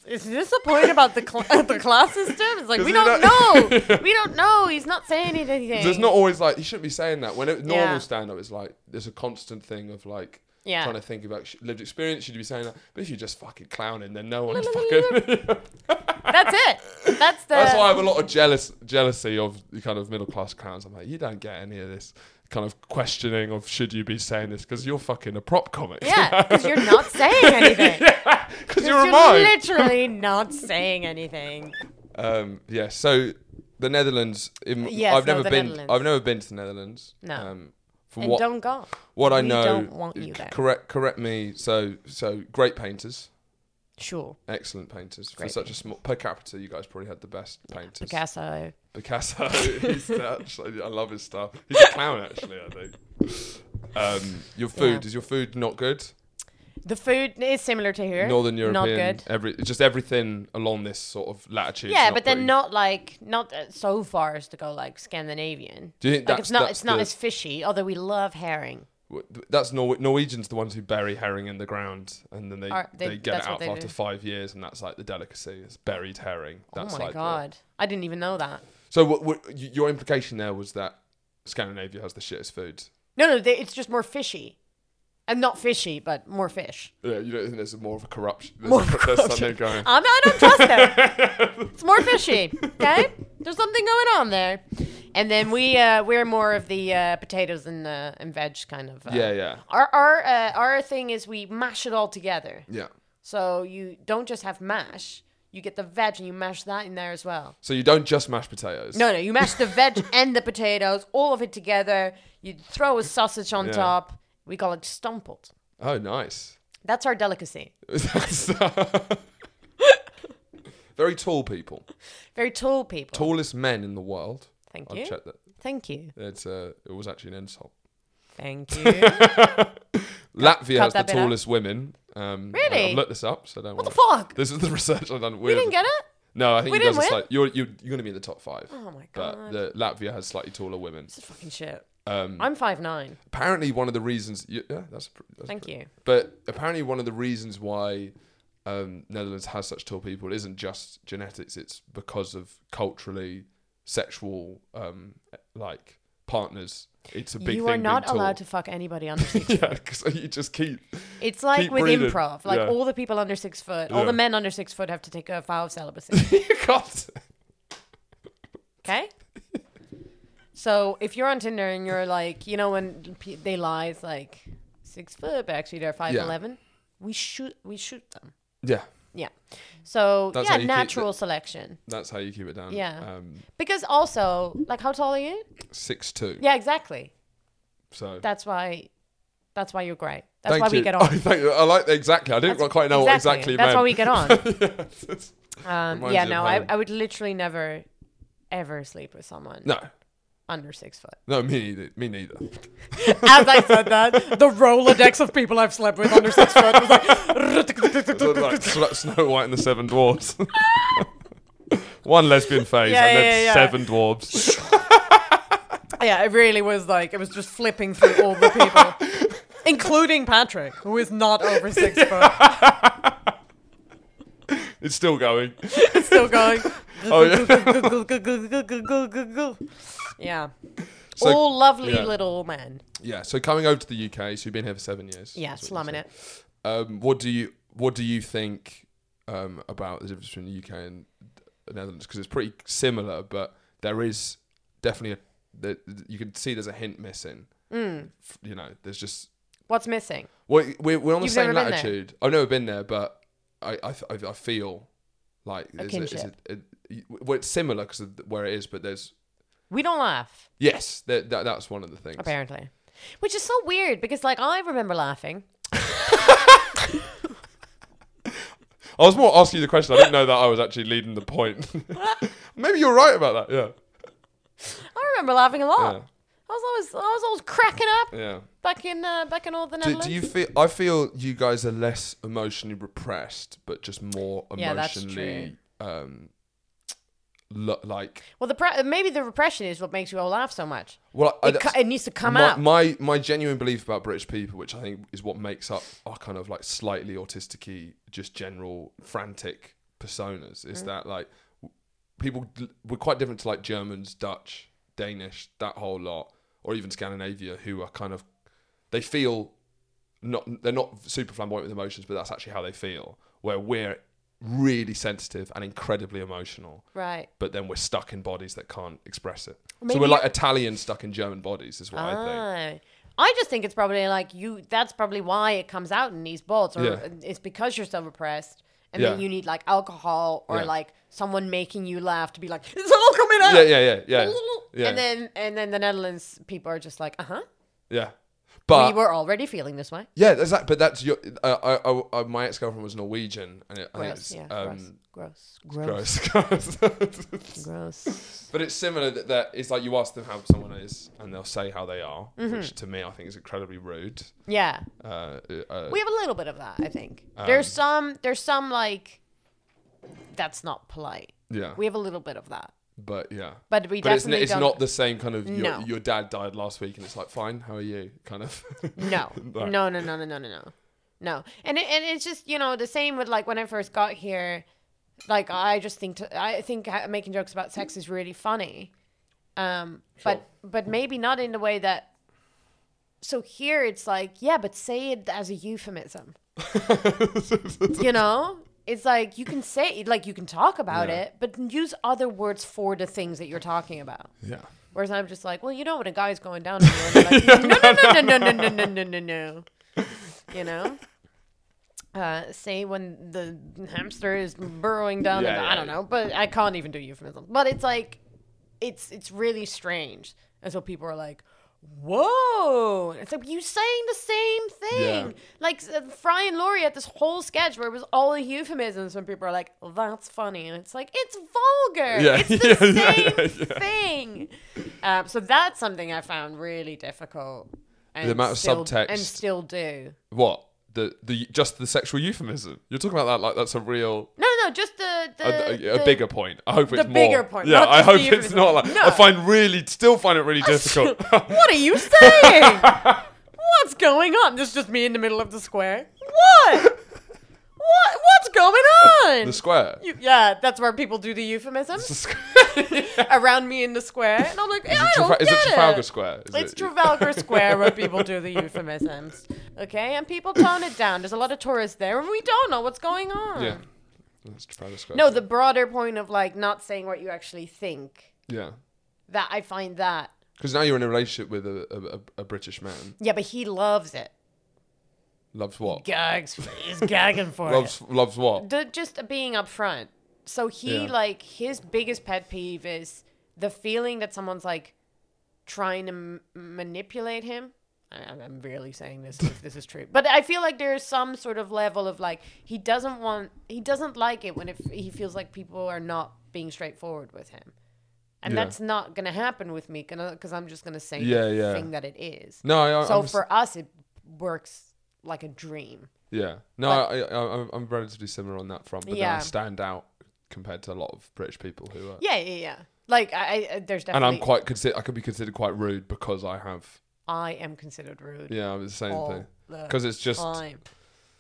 Is this a point about the cl- [LAUGHS] the class system? It's like we
Is he
don't
[LAUGHS]
know. We don't know. He's not saying anything.
There's not always like you shouldn't be saying that. When it, normal
Yeah.
stand up, it's like there's a constant thing of like
Yeah.
trying to think about sh- lived experience. Should you be saying that? But if you're just fucking clowning, then no one fucking.
That's it. That's the.
[LAUGHS] That's why I have a lot of jealous jealousy of the kind of middle class clowns. I'm like, you don't get any of this kind of questioning of should you be saying this because you're fucking a prop comic. [LAUGHS]
Yeah, [LAUGHS] because you're not saying anything.
because you're
You're,
a mime.
literally not saying anything.
Um, yeah. So the Netherlands. In,
Yes,
I've
no,
never
the
been.
Netherlands.
I've never been to the Netherlands.
No.
Um, from
And
what
don't go.
what I
We
know,
don't want you there.
correct correct me. So so great painters,
Sure.
excellent painters for
Great
such a small per capita. You guys probably had the best painters.
Picasso.
Picasso, [LAUGHS] he's such, I love his stuff. He's a clown actually. I think. Um, your food
Yeah.
is your food not good?
The food is similar to here.
Northern European,
Not good.
every just everything along this sort of latitude. is
yeah,
not
but then
pretty.
not like not uh, so far as to go like Scandinavian.
Do you think
like
that's-
it's not
that's
it's not
the-
as fishy, although we love herring.
W- th- That's Nor- Norwegians, the ones who bury herring in the ground, and then they,
Are-
they,
they-
get it
that's what
out
they
after
do.
five years, and that's like the delicacy is buried herring. That's
oh my
like the-
god, I didn't even know that.
so, what, what, y- your implication there was that Scandinavia has the shittest food.
No, no, they, it's just more fishy, and not fishy, but more fish.
Yeah, you don't think there's more of a corruption? There's,
More
there's
corruption.
something going.
Um, I don't trust them.
[LAUGHS]
it's more fishy. Okay, there's something going on there. And then we uh, we're more of the uh, potatoes and uh, and veg kind of. Uh,
Yeah, yeah,
Our our uh, our thing is we mash it all together.
yeah.
So you don't just have mash. You get the veg and you mash that in there as well.
So you don't just mash potatoes.
No, no, you mash the [LAUGHS] veg and the potatoes, all of it together. You throw a sausage on
Yeah.
top. We call it stumpled.
Oh, nice. [LAUGHS]
That's our delicacy.
Very tall people.
Very tall people.
Tallest men in the world.
Thank
I've
you.
checked that.
Thank you.
It's, uh, it was actually an insult.
[LAUGHS] Thank you. what
Latvia has
cut
the
that bit out.
tallest women. Um, I-
Really?
I've looked this up, so don't. What
the fuck?
This is the [LAUGHS] research I've done.
You didn't get it?
No, I think
We
you guys
didn't
are
win?
slight- you're, you're you're going to be in the top five.
Oh my
But
god.
the, Latvia has slightly taller women.
This is fucking shit.
Um,
I'm five nine.
apparently, one of the reasons. You, yeah, that's. pr- that's
Thank
pr-
you.
But apparently, one of the reasons why um, Netherlands has such tall people isn't just genetics. It's because of culturally sexual um, like partners. It's a big
You
thing.
are not
being [LAUGHS]
allowed
tall.
to fuck anybody under six
yeah, because you just keep. [LAUGHS]
It's like
Keep
with
breathing.
improv. Like
Yeah.
all the people under six foot, all
Yeah.
the men under six foot have to take a vow
[LAUGHS]
of celibacy.
you can't.
Okay. so if you're on Tinder and you're like, you know, when p- they lie, it's like six foot, but actually they're five eleven. We shoot, we shoot them.
Yeah,
Yeah. So
That's how
yeah,
you keep the-
natural selection.
that's how you keep it down.
Yeah.
um,
Because also, like, how tall are you?
six two.
Yeah, exactly.
So
That's why. That's why you're great. That's
Thank
why
you. [LAUGHS]
we get
Oh,
on.
thank you. I like exactly. I didn't
That's-
quite know
exactly. That's why
what
we
[LAUGHS]
get on.
exactly meant.
Um,
Reminds
yeah,
you of
no, I,
home.
I would literally never, ever sleep with someone
no,
under six foot.
no, me neither. Me
[LAUGHS]
neither.
As I said that, the Rolodex of people I've slept with under six foot was
Look
like. [LAUGHS]
like Sl- Snow White and the Seven Dwarfs. [LAUGHS] One lesbian phase
Yeah,
and then
yeah, yeah.
seven dwarves.
yeah, it really was like, it was just flipping through all the people, including Patrick, who is not over
[LAUGHS]
six foot.
[LAUGHS] It's still going.
It's still going.
Oh, yeah.
yeah. [LAUGHS]
So-
all lovely
yeah.
little men.
Yeah. So coming over to the UK, so you've been here for seven years.
Yeah,
That's what you
slumming
said.
it.
Um, what do you What do you think um, about the difference between the UK and the Netherlands? Because it's pretty similar, but there is definitely a that you can see there's a hint missing.
Hmm.
F- You know, there's just
What's missing?
well, we're, we're on the
You've
same
never been there?
latitude. I've never been there, but I I, f- I- I feel like there's a- it's
kinship.
a- a- well, it's similar because of where it is, but there's
We don't laugh.
yes, that, that that's one of the things.
apparently. Which is so weird because, like, I remember laughing.
I was more asking you the question. I didn't know that I was actually leading the point. [LAUGHS] Maybe you're right about that. Yeah.
I remember laughing a lot.
Yeah.
I was always, I was always cracking up
Yeah.
back in, uh, back in all the
Do,
Netherlands.
do you feel? I feel you guys are less emotionally repressed, but just more
Yeah, that's
emotionally, um, lo- like.
well, the pre- maybe the repression is what makes you all laugh so much.
Well, I,
It, co- it needs to come
my,
out.
my my genuine belief about British people, which I think is what makes up our kind of like slightly autistic-y, just general frantic personas,
Mm.
is that like w- people d- we're quite different to like Germans, Dutch, Danish, that whole lot, or even Scandinavia, who are kind of they feel not they're not super flamboyant with emotions, but that's actually how they feel. Where we're really sensitive and incredibly emotional
right.
but then we're stuck in bodies that can't express it. so
Maybe
we're like
I-
Italian stuck in German bodies, is what I think.
Ah. I just think it's probably like you. That's probably why it comes out in these bolts, or
Yeah.
it's because you're so repressed, and then
Yeah.
you need like alcohol or
Yeah.
like someone making you laugh to be like, "It's all coming out." [LAUGHS]
Yeah, yeah, yeah, yeah, yeah.
And then and then the Netherlands people are just like, uh huh.
yeah. But
we were already feeling this way.
yeah, that's that. But that's your. Uh, I, I, I, my ex girlfriend was Norwegian, and it, I think
Gross.
it's
Yeah.
um,
gross. Gross.
gross. gross.
Gross.
[LAUGHS]
[LAUGHS]
but it's similar that, that it's like you ask them how someone is, and they'll say how they are,
Mm-hmm.
which to me I think is incredibly rude.
yeah.
Uh, uh,
We have a little bit of that, I think.
Um,
there's some there's some like that's not polite.
yeah,
We have a little bit of that.
but yeah.
But we
But it's, n-
definitely
it's
don't
not the same kind of your,
No.
your dad died last week and it's like fine how are you kind of [LAUGHS]
[LAUGHS] No.
Right.
No, no, no, no, no, no, no. No. And it, and it's just, you know, the same with like when I first got here, like I just think to, I think ha- making jokes about sex is really funny. Um
Sure.
but but maybe not in the way that so here it's like, yeah, but say it as a euphemism. [LAUGHS] you know? It's like you can say like you can talk about
Yeah.
it, but use other words for the things that you're talking about.
yeah
Whereas I'm just like, well, you know, when a guy's going down, on you,
[LAUGHS]
and they're like, no, no, no, no, no, no, no, no, no, no, you know. Uh, say when the hamster is burrowing down,
Yeah,
and
yeah,
I don't know, but I can't even do euphemism. But it's like, it's it's really strange, and so people are like, "Whoa!" And It's like you saying the same thing.
Yeah.
Like uh, Fry and Laurie had this whole sketch where it was all euphemisms, when people are like, "That's funny," and it's like it's vulgar. [LAUGHS]
Yeah,
It's the
yeah, yeah,
same
yeah, yeah.
thing. Um, so that's something I found really difficult. And
The amount of
still,
subtext.
And still do.
what the the just the sexual euphemism you're talking about that like that's a real
No, no, no, just the.
a,
the
a- a
Uh, the- [LAUGHS]
bigger point I hope it's
the
more
bigger point,
yeah
not
I
just
hope
the
it's not like
euphemism.
I
No.
find really still find it really difficult
[LAUGHS] what are you saying? What's going on? This is just me in the middle of the square. What? What? What's going
[LAUGHS]
on?
the square [LAUGHS]
You- yeah, that's where people do the euphemisms
It's a squ-
[LAUGHS] around me in the square, and I'm like, I don't
Trafal-
get
is it
it.
Trafalgar Square Is
It's
it- [LAUGHS]
Trafalgar Square where people do the euphemisms. Okay, and people tone it down. There's a lot of tourists there, and we don't know what's going on.
yeah it's Trafalgar Square
No, the broader point of like not saying what you actually think.
yeah
That I find that.
because now you're in a relationship with a, a, a, a British man
Yeah, but he loves it.
loves what
Gags. He's gagging for
loves loves
it.
what
The, just being upfront. So he
Yeah.
like his biggest pet peeve is the feeling that someone's like trying to m- manipulate him. I- I'm I'm barely saying this if this is true, but I feel like there is some sort of level of like he doesn't want, he doesn't like it when it, he feels like people are not being straightforward with him, and
Yeah.
that's not gonna happen with me because I'm just gonna say
Yeah,
the
yeah.
thing that it is.
no I, I-
so
I'm-
for us, it works like a dream.
Yeah. No, I, I, I'm- I'm relatively similar on that front, but then I
Yeah.
stand out compared to a lot of British people who are.
Yeah, yeah, yeah. Like I, I there's
And
definitely
I'm quite consider. I could be considered quite rude because I have.
I am considered rude.
Yeah, I was the same
all
thing.
the
Because it's just.
time.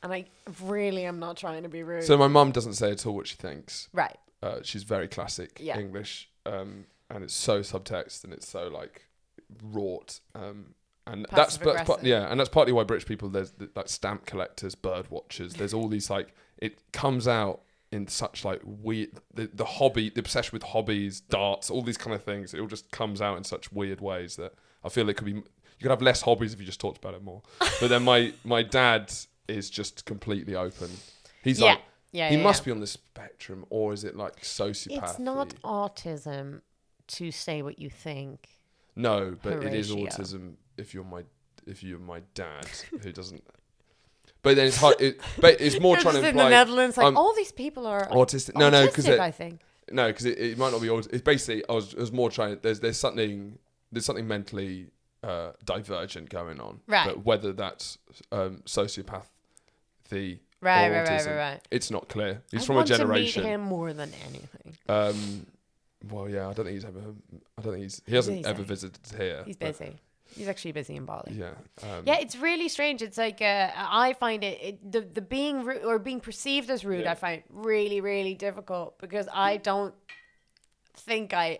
And I really am not trying to be rude.
So my mum doesn't say at all what she thinks.
right.
Uh, she's very classic
Yeah.
English, um, and it's so subtext and it's so like wrought. Um, and that's
Passive
that's part,
aggressive.
yeah, and that's partly why British people there's th- like stamp collectors, bird watchers. There's all these like it comes out in such like weird the, the hobby, the obsession with hobbies, darts, all these kind of things. It all just comes out in such weird ways that I feel it could be you could have less hobbies if you just talked about it more. But then my my dad is just completely open. He's
Yeah.
like
Yeah,
he
yeah,
must
yeah.
be on the spectrum, or is it like sociopathy?
It's not autism to say what you think.
No, but it is
Horatio.
autism if you're my if you're my dad who doesn't. [LAUGHS] But then it's hard. It, but it's more
You're
trying
just
to
in the
imply
Netherlands, like
I'm
all these people are
autistic.
autistic.
No, no, because
I think.
no, because it, it might not be all. It's basically I was, I was more trying. There's there's something there's something mentally uh, divergent going on.
Right.
But whether that's um, sociopath, the
Right,
or
right, right,
autism,
right, right.
it's not clear. He's
I
from a
want
generation.
To meet him more than anything.
Um, well, yeah, I don't think he's ever. I don't think he's. He hasn't
He's
ever
busy.
visited here.
He's
but-
busy. He's actually busy in Bali.
Yeah. Um,
Yeah, it's really strange. It's like uh, I find it, it the the being rude or being perceived as rude.
Yeah.
I find really really difficult because I don't think I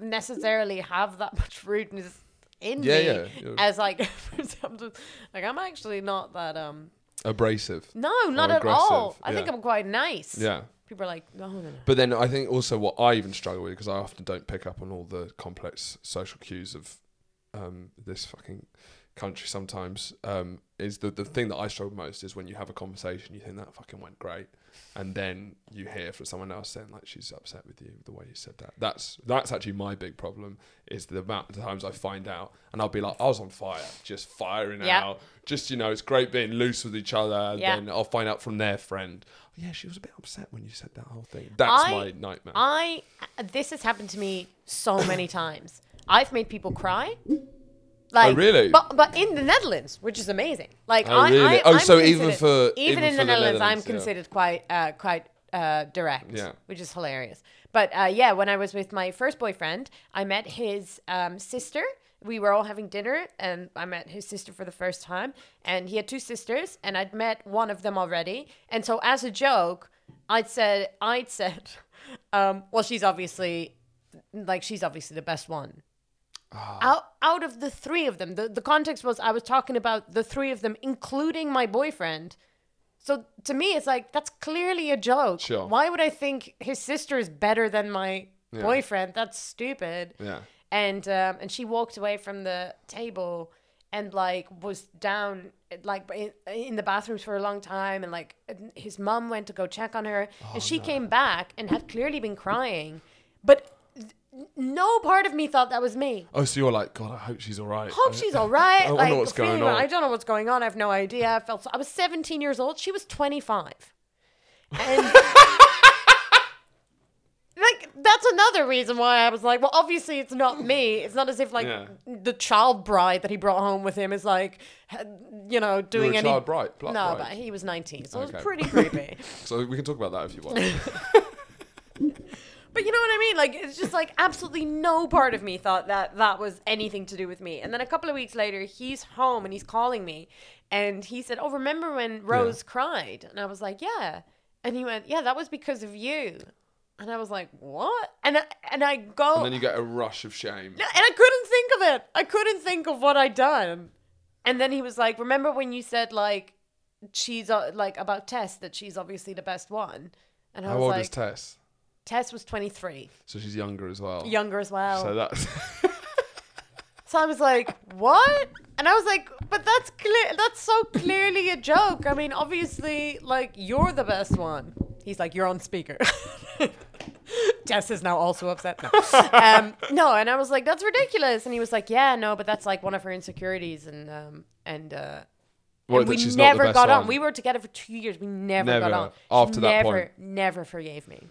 necessarily have that much rudeness in
Yeah,
me.
yeah, you're-
As like, [LAUGHS] for example, like I'm actually not that um.
Abrasive.
No, not at
aggressive,
all. I think
yeah.
I'm quite nice.
Yeah.
People are like, no, no, no.
But then I think also what I even struggle with because I often don't pick up on all the complex social cues of um, this fucking country sometimes um, i- is the, the thing that I struggle most is when you have a conversation, you think that fucking went great, and then you hear from someone else saying like she's upset with you the way you said that. That's that's actually my big problem is the amount of times I find out and I'll be like I was on fire, just firing
Yeah.
out, just you know it's great being loose with each other. And
Yeah.
Then I'll find out from their friend. "Oh, Yeah, she was a bit upset when you said that whole thing. That's
I-
my nightmare.
I uh, this has happened to me so many times. I've made people cry.
Oh,
Like,
really?
But but in the Netherlands, which is amazing. Like
Oh,
I,
really?
I
Oh,
I'm
so even
considered-
for- even
even, in
for
the,
the
Netherlands, I'm
Netherlands, yeah.
considered quite uh, quite uh, direct,
Yeah.
which is hilarious. But uh, yeah, when I was with my first boyfriend, I met his um, sister. We were all having dinner, and I met his sister for the first time. And he had two sisters, and I'd met one of them already. And so, as a joke, I'd said, I'd said, [LAUGHS] um, well, she's obviously like she's obviously the best one out out of the three of them the, the context was i was talking about the three of them including my boyfriend so to me it's like that's clearly a joke
Sure.
why would i think his sister is better than my boyfriend that's stupid
Yeah.
and um, and she walked away from the table and like was down like in, in the bathrooms for a long time and like his mom went to go check on her
Oh,
and she came back and had clearly been crying but no part of me thought that was me
oh, so you're like God. I hope she's Uh, all right.
hope she's all right.
[LAUGHS] I wonder
like,
what's going
feeling-
on.
I don't know what's going on. I have no idea. I felt so, I was 17 years old. She was 25. And [LAUGHS] like that's another reason why I was like, well, obviously it's not me. It's not as if like
Yeah.
the child bride that he brought home with him is like, you know, doing
a
any.
child bride, blood
no,
bride.
but he was 19, so it
Okay.
was
[LAUGHS]
pretty creepy.
So we can talk about that if you
[LAUGHS]
want.
But you know what I mean? Like, it's just like absolutely no part of me thought that that was anything to do with me. And then a couple of weeks later, he's home and he's calling me. And he said, Oh, remember when Rose cried? And I was like, Yeah. And he went, Yeah, that was because of you. And I was like, What? And I, and I go,
and then you get a rush of shame.
and I couldn't think of it. I couldn't think of what I'd done. And then he was like, "Remember when you said like she's uh, like about Tess that she's obviously the best one?" And I
How
was
old
like,
is Tess?
"Tess was 23,
So she's younger as well.
younger as well."
So [LAUGHS] that's
So I was like, "What?" And I was like, "But that's clear. That's so clearly a joke. I mean, obviously, like you're the best one." He's like, "You're on speaker." [LAUGHS] Jess is now also upset.
[LAUGHS]
No. um, no, and I was like, "That's ridiculous." And he was like, "Yeah, no, but that's like one of her insecurities." And um, and uh,
Well,
we
that she's not the
never
best
got on.
one.
We were together for two years. We never, got
Never.
on.
After
she
that
never,
point.
never forgave me.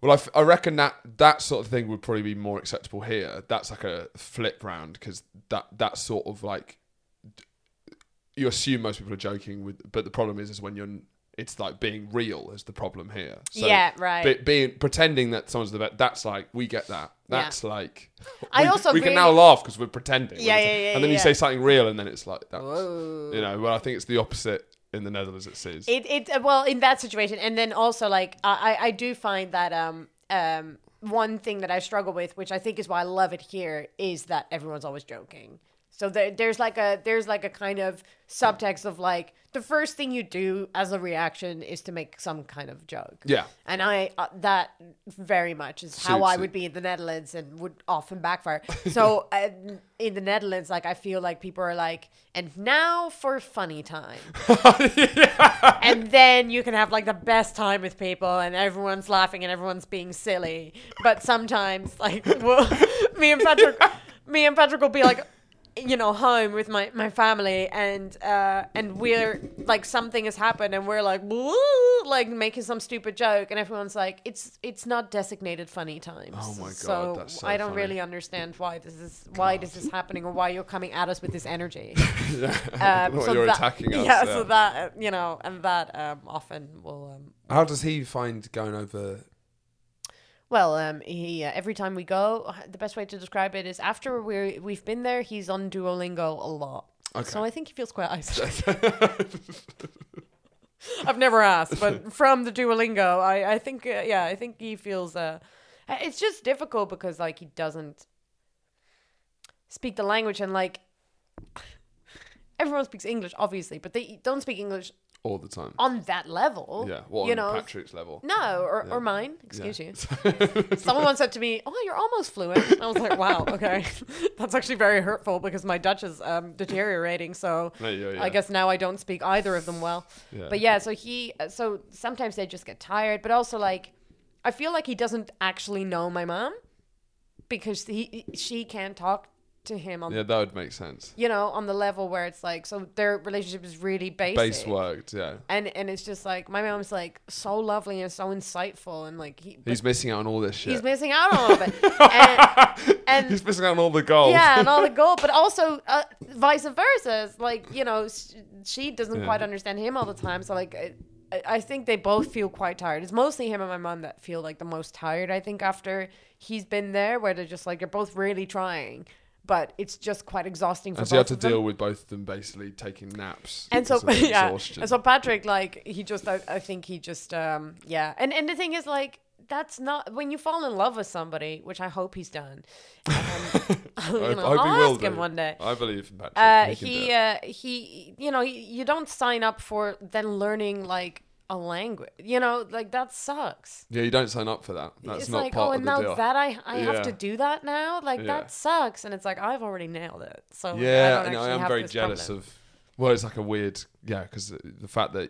Well, I, f- I reckon that that sort of thing would probably be more acceptable here. That's like a flip round because that that sort of like you assume most people are joking with, but the problem is is when you're n- it's like being real is the problem here.
Yeah, right.
be- being pretending that someone's the best. That's like we get that. That's like we,
I also
we can
really-
now laugh because we're pretending.
Yeah,
We're-
yeah, yeah,
And then you
yeah.
say something real, and then it's like that's
Whoa.
you know. Well, I think it's the opposite in the Netherlands. It says.
It it uh, well in that situation, and then also like I I I do find that um um one thing that I struggle with, which I think is why I love it here, is that everyone's always joking. So there, there's like a there's like a kind of subtext of like the first thing you do as a reaction is to make some kind of joke. [LAUGHS]
Yeah.
And I uh, that very much is how
Suits
I
it.
would be in the Netherlands and would often backfire. So
[LAUGHS]
uh, in the Netherlands, like I feel like people are like, and now for funny time
[LAUGHS]
and then you can have like the best time with people and everyone's laughing and everyone's being silly but sometimes like [LAUGHS] we'll, me and patrick me and patrick will be like you know home with my my family and uh and we're like something has happened and we're like Woo, like making some stupid joke and everyone's like it's it's not designated funny times
Oh my God,
so,
that's so
i don't
funny.
really understand why this is why this is happening or why you're coming at us with this energy
I don't know [LAUGHS] what you're
Um, that- [LAUGHS]
attacking us.
Yeah,
there.
so that uh, you know, and that um, often will. Um,
How does he find going over? [LAUGHS]
well, um, he uh, every time we go, the best way to describe it is after we we've been there, he's on Duolingo a lot.
Okay.
So I think he feels [LAUGHS] quite isolated. I've never asked, [LAUGHS] but from the Duolingo, I I think uh, yeah, I think he feels. Uh, it's just difficult because like he doesn't speak the language and like everyone speaks English, obviously, but they don't speak English
all the time.
on that level.
yeah, well,
Oh, you
on
know.
Patrick's level.
No, or,
Yeah.
or mine.
[LAUGHS]
Excuse you.
you.
Someone once said to me, "Oh, you're almost fluent." And I was
[LAUGHS]
like, "Wow, okay, [LAUGHS] that's actually very hurtful because my Dutch is um, deteriorating." So
Yeah, yeah, yeah.
I guess now I don't speak either of them well.
Yeah.
But yeah, so he, uh, so sometimes they just get tired, but also like, I feel like he doesn't actually know my mom because he she can't talk to him on
yeah, that would make sense.
you know on the level where it's like so their relationship is really basic.
Base worked. Yeah,
And, and it's just like my mom's like so lovely and so insightful and like he,
he's missing out on all this shit.
he's missing out on all of it. And, and
[LAUGHS] He's missing out on all the gold. [LAUGHS]
yeah, and all the gold, but also uh, vice versa. It's like you know, sh- she doesn't
Yeah.
quite understand him all the time. So like, I, I think they both feel quite tired. It's mostly him and my mom that feel like the most tired. I think after he's been there, where they're just like you're both really trying, but it's just quite exhausting for
and
both
so you have to
of them.
deal with both of them basically taking naps.
and so
because of the
[LAUGHS] yeah,
exhaustion.
and so Patrick like he just I, I think he just um yeah, and and the thing is like. That's not when you fall in love with somebody, which I hope he's done.
[LAUGHS]
Um, [LAUGHS]
I,
you know,
I hope he
I'll
will
ask him
do.
one day.
I believe in Patrick.
Uh,
he, can do
he
it.
uh, he you know y- you don't sign up for then learning like a language you know like that sucks
yeah, you don't sign up for that. That's
it's
not
like
part
oh
of
and
the
now
deal.
that i i
Yeah.
have to do that now like
Yeah.
that sucks and it's like i've already nailed it so like,
yeah,
I,
I
don't
know. I
actually
am
have
very
this
jealous
problem.
of. Well, it's like a weird, yeah, because the fact that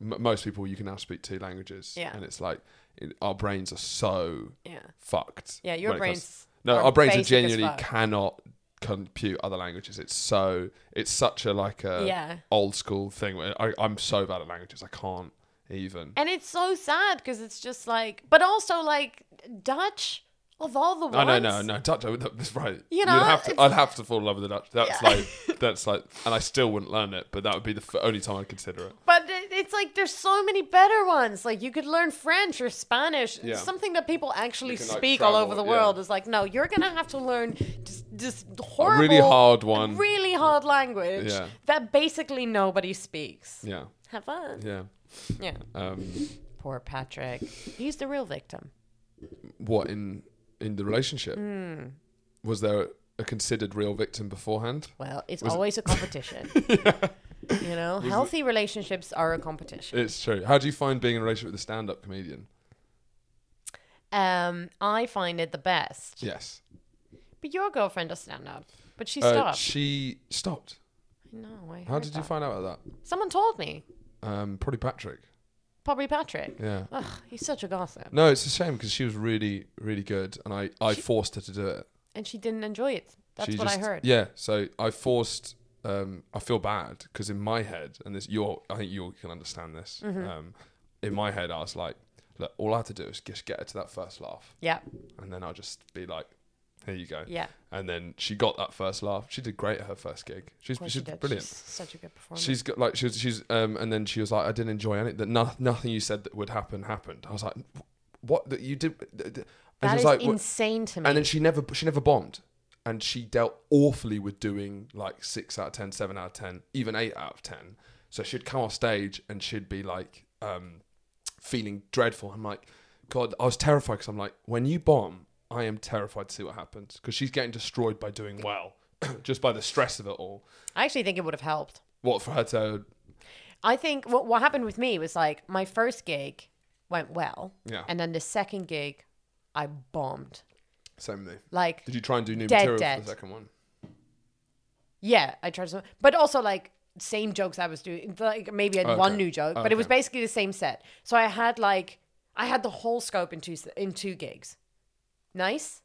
m- most people you can now speak two languages,
Yeah.
and it's like it, our brains are so
yeah
fucked.
yeah your
when it comes-
brains
No,
are
our brains are
basic as
genuinely
fuck.
cannot compute other languages. It's so it's such a like a
yeah
old school thing. where I, I'm so bad at languages. I can't even.
and it's so sad because it's just like but also like dutch of all the ones
Oh, No, no, no, no. Dutch. I would, that's right.
You
You'd
know,
have to,
it's-
I'd have to fall in love with the Dutch. That's
Yeah.
like, that's like, and I still wouldn't learn it. But that would be the f- only time I'd consider it.
But it- it's like there's so many better ones. Like you could learn French or Spanish,
Yeah.
something that people actually
You can, like,
speak all
travel,
over the
yeah.
world. Is like, no, you're gonna have to learn just this
A
horrible,
really hard one.
really hard language
Yeah.
that basically nobody speaks.
yeah,
Have fun.
yeah.
Yeah.
Um,
Poor Patrick. He's the real victim.
what in in the relationship
Hmm.
was there a considered real victim beforehand?
Well, it's
Was it-
always a
[LAUGHS]
competition. You know, healthy relationships are a competition.
It's true. How do you find being in a relationship with a stand-up comedian?
Um, I find it the best.
Yes,
But your girlfriend does stand up, but she
Uh,
stopped.
she stopped.
no, I
How
heard
did you
that.
find out about that?
Someone told me.
Um, probably Patrick.
Probably Patrick.
Yeah.
Ugh, he's such a gossip.
No, it's a shame because she was really, really good, and I, I forced her to do it.
And she didn't enjoy it. That's
She
what I
just-
heard.
Yeah, so I forced. Um, I feel bad because in my head, and this, you're, I think you all can understand this.
Mm-hmm.
Um, in my head, I was like, look, all I have to do is just get her to that first laugh,
Yeah.
and then I'll just be like, here you go.
Yeah.
And then she got that first laugh. She did great at her first gig. She's,
Of course
she's
she did.
brilliant.
She's such a good performer.
She's got like she was, she's um and then she was like I didn't enjoy any that no, nothing you said that would happen happened. I was like what that you did th- th- and she
that
was
is
like "What-"
insane to me.
and then she never she never bombed and she dealt awfully with doing like 6 out of ten, seven out of 10, even 8 out of 10. So she'd come off stage and she'd be like um feeling dreadful. I'm like god, I was terrified cuz I'm like when you bomb, I am terrified to see what happens cuz she's getting destroyed by doing well [CLEARS THROAT] just by the stress of it all.
I actually think it would have helped.
What for her to
I think what, what happened with me was like my first gig went well.
Yeah.
And then the second gig, I bombed.
same thing.
Like,
Did you try and do new
Dead,
material for
dead.
the second one?
yeah, I tried to, but also like, same jokes I was doing. Like maybe I had one
Okay.
new joke, but it was
Okay.
basically the same set. So I had like I had the whole scope in two s- in two gigs, nice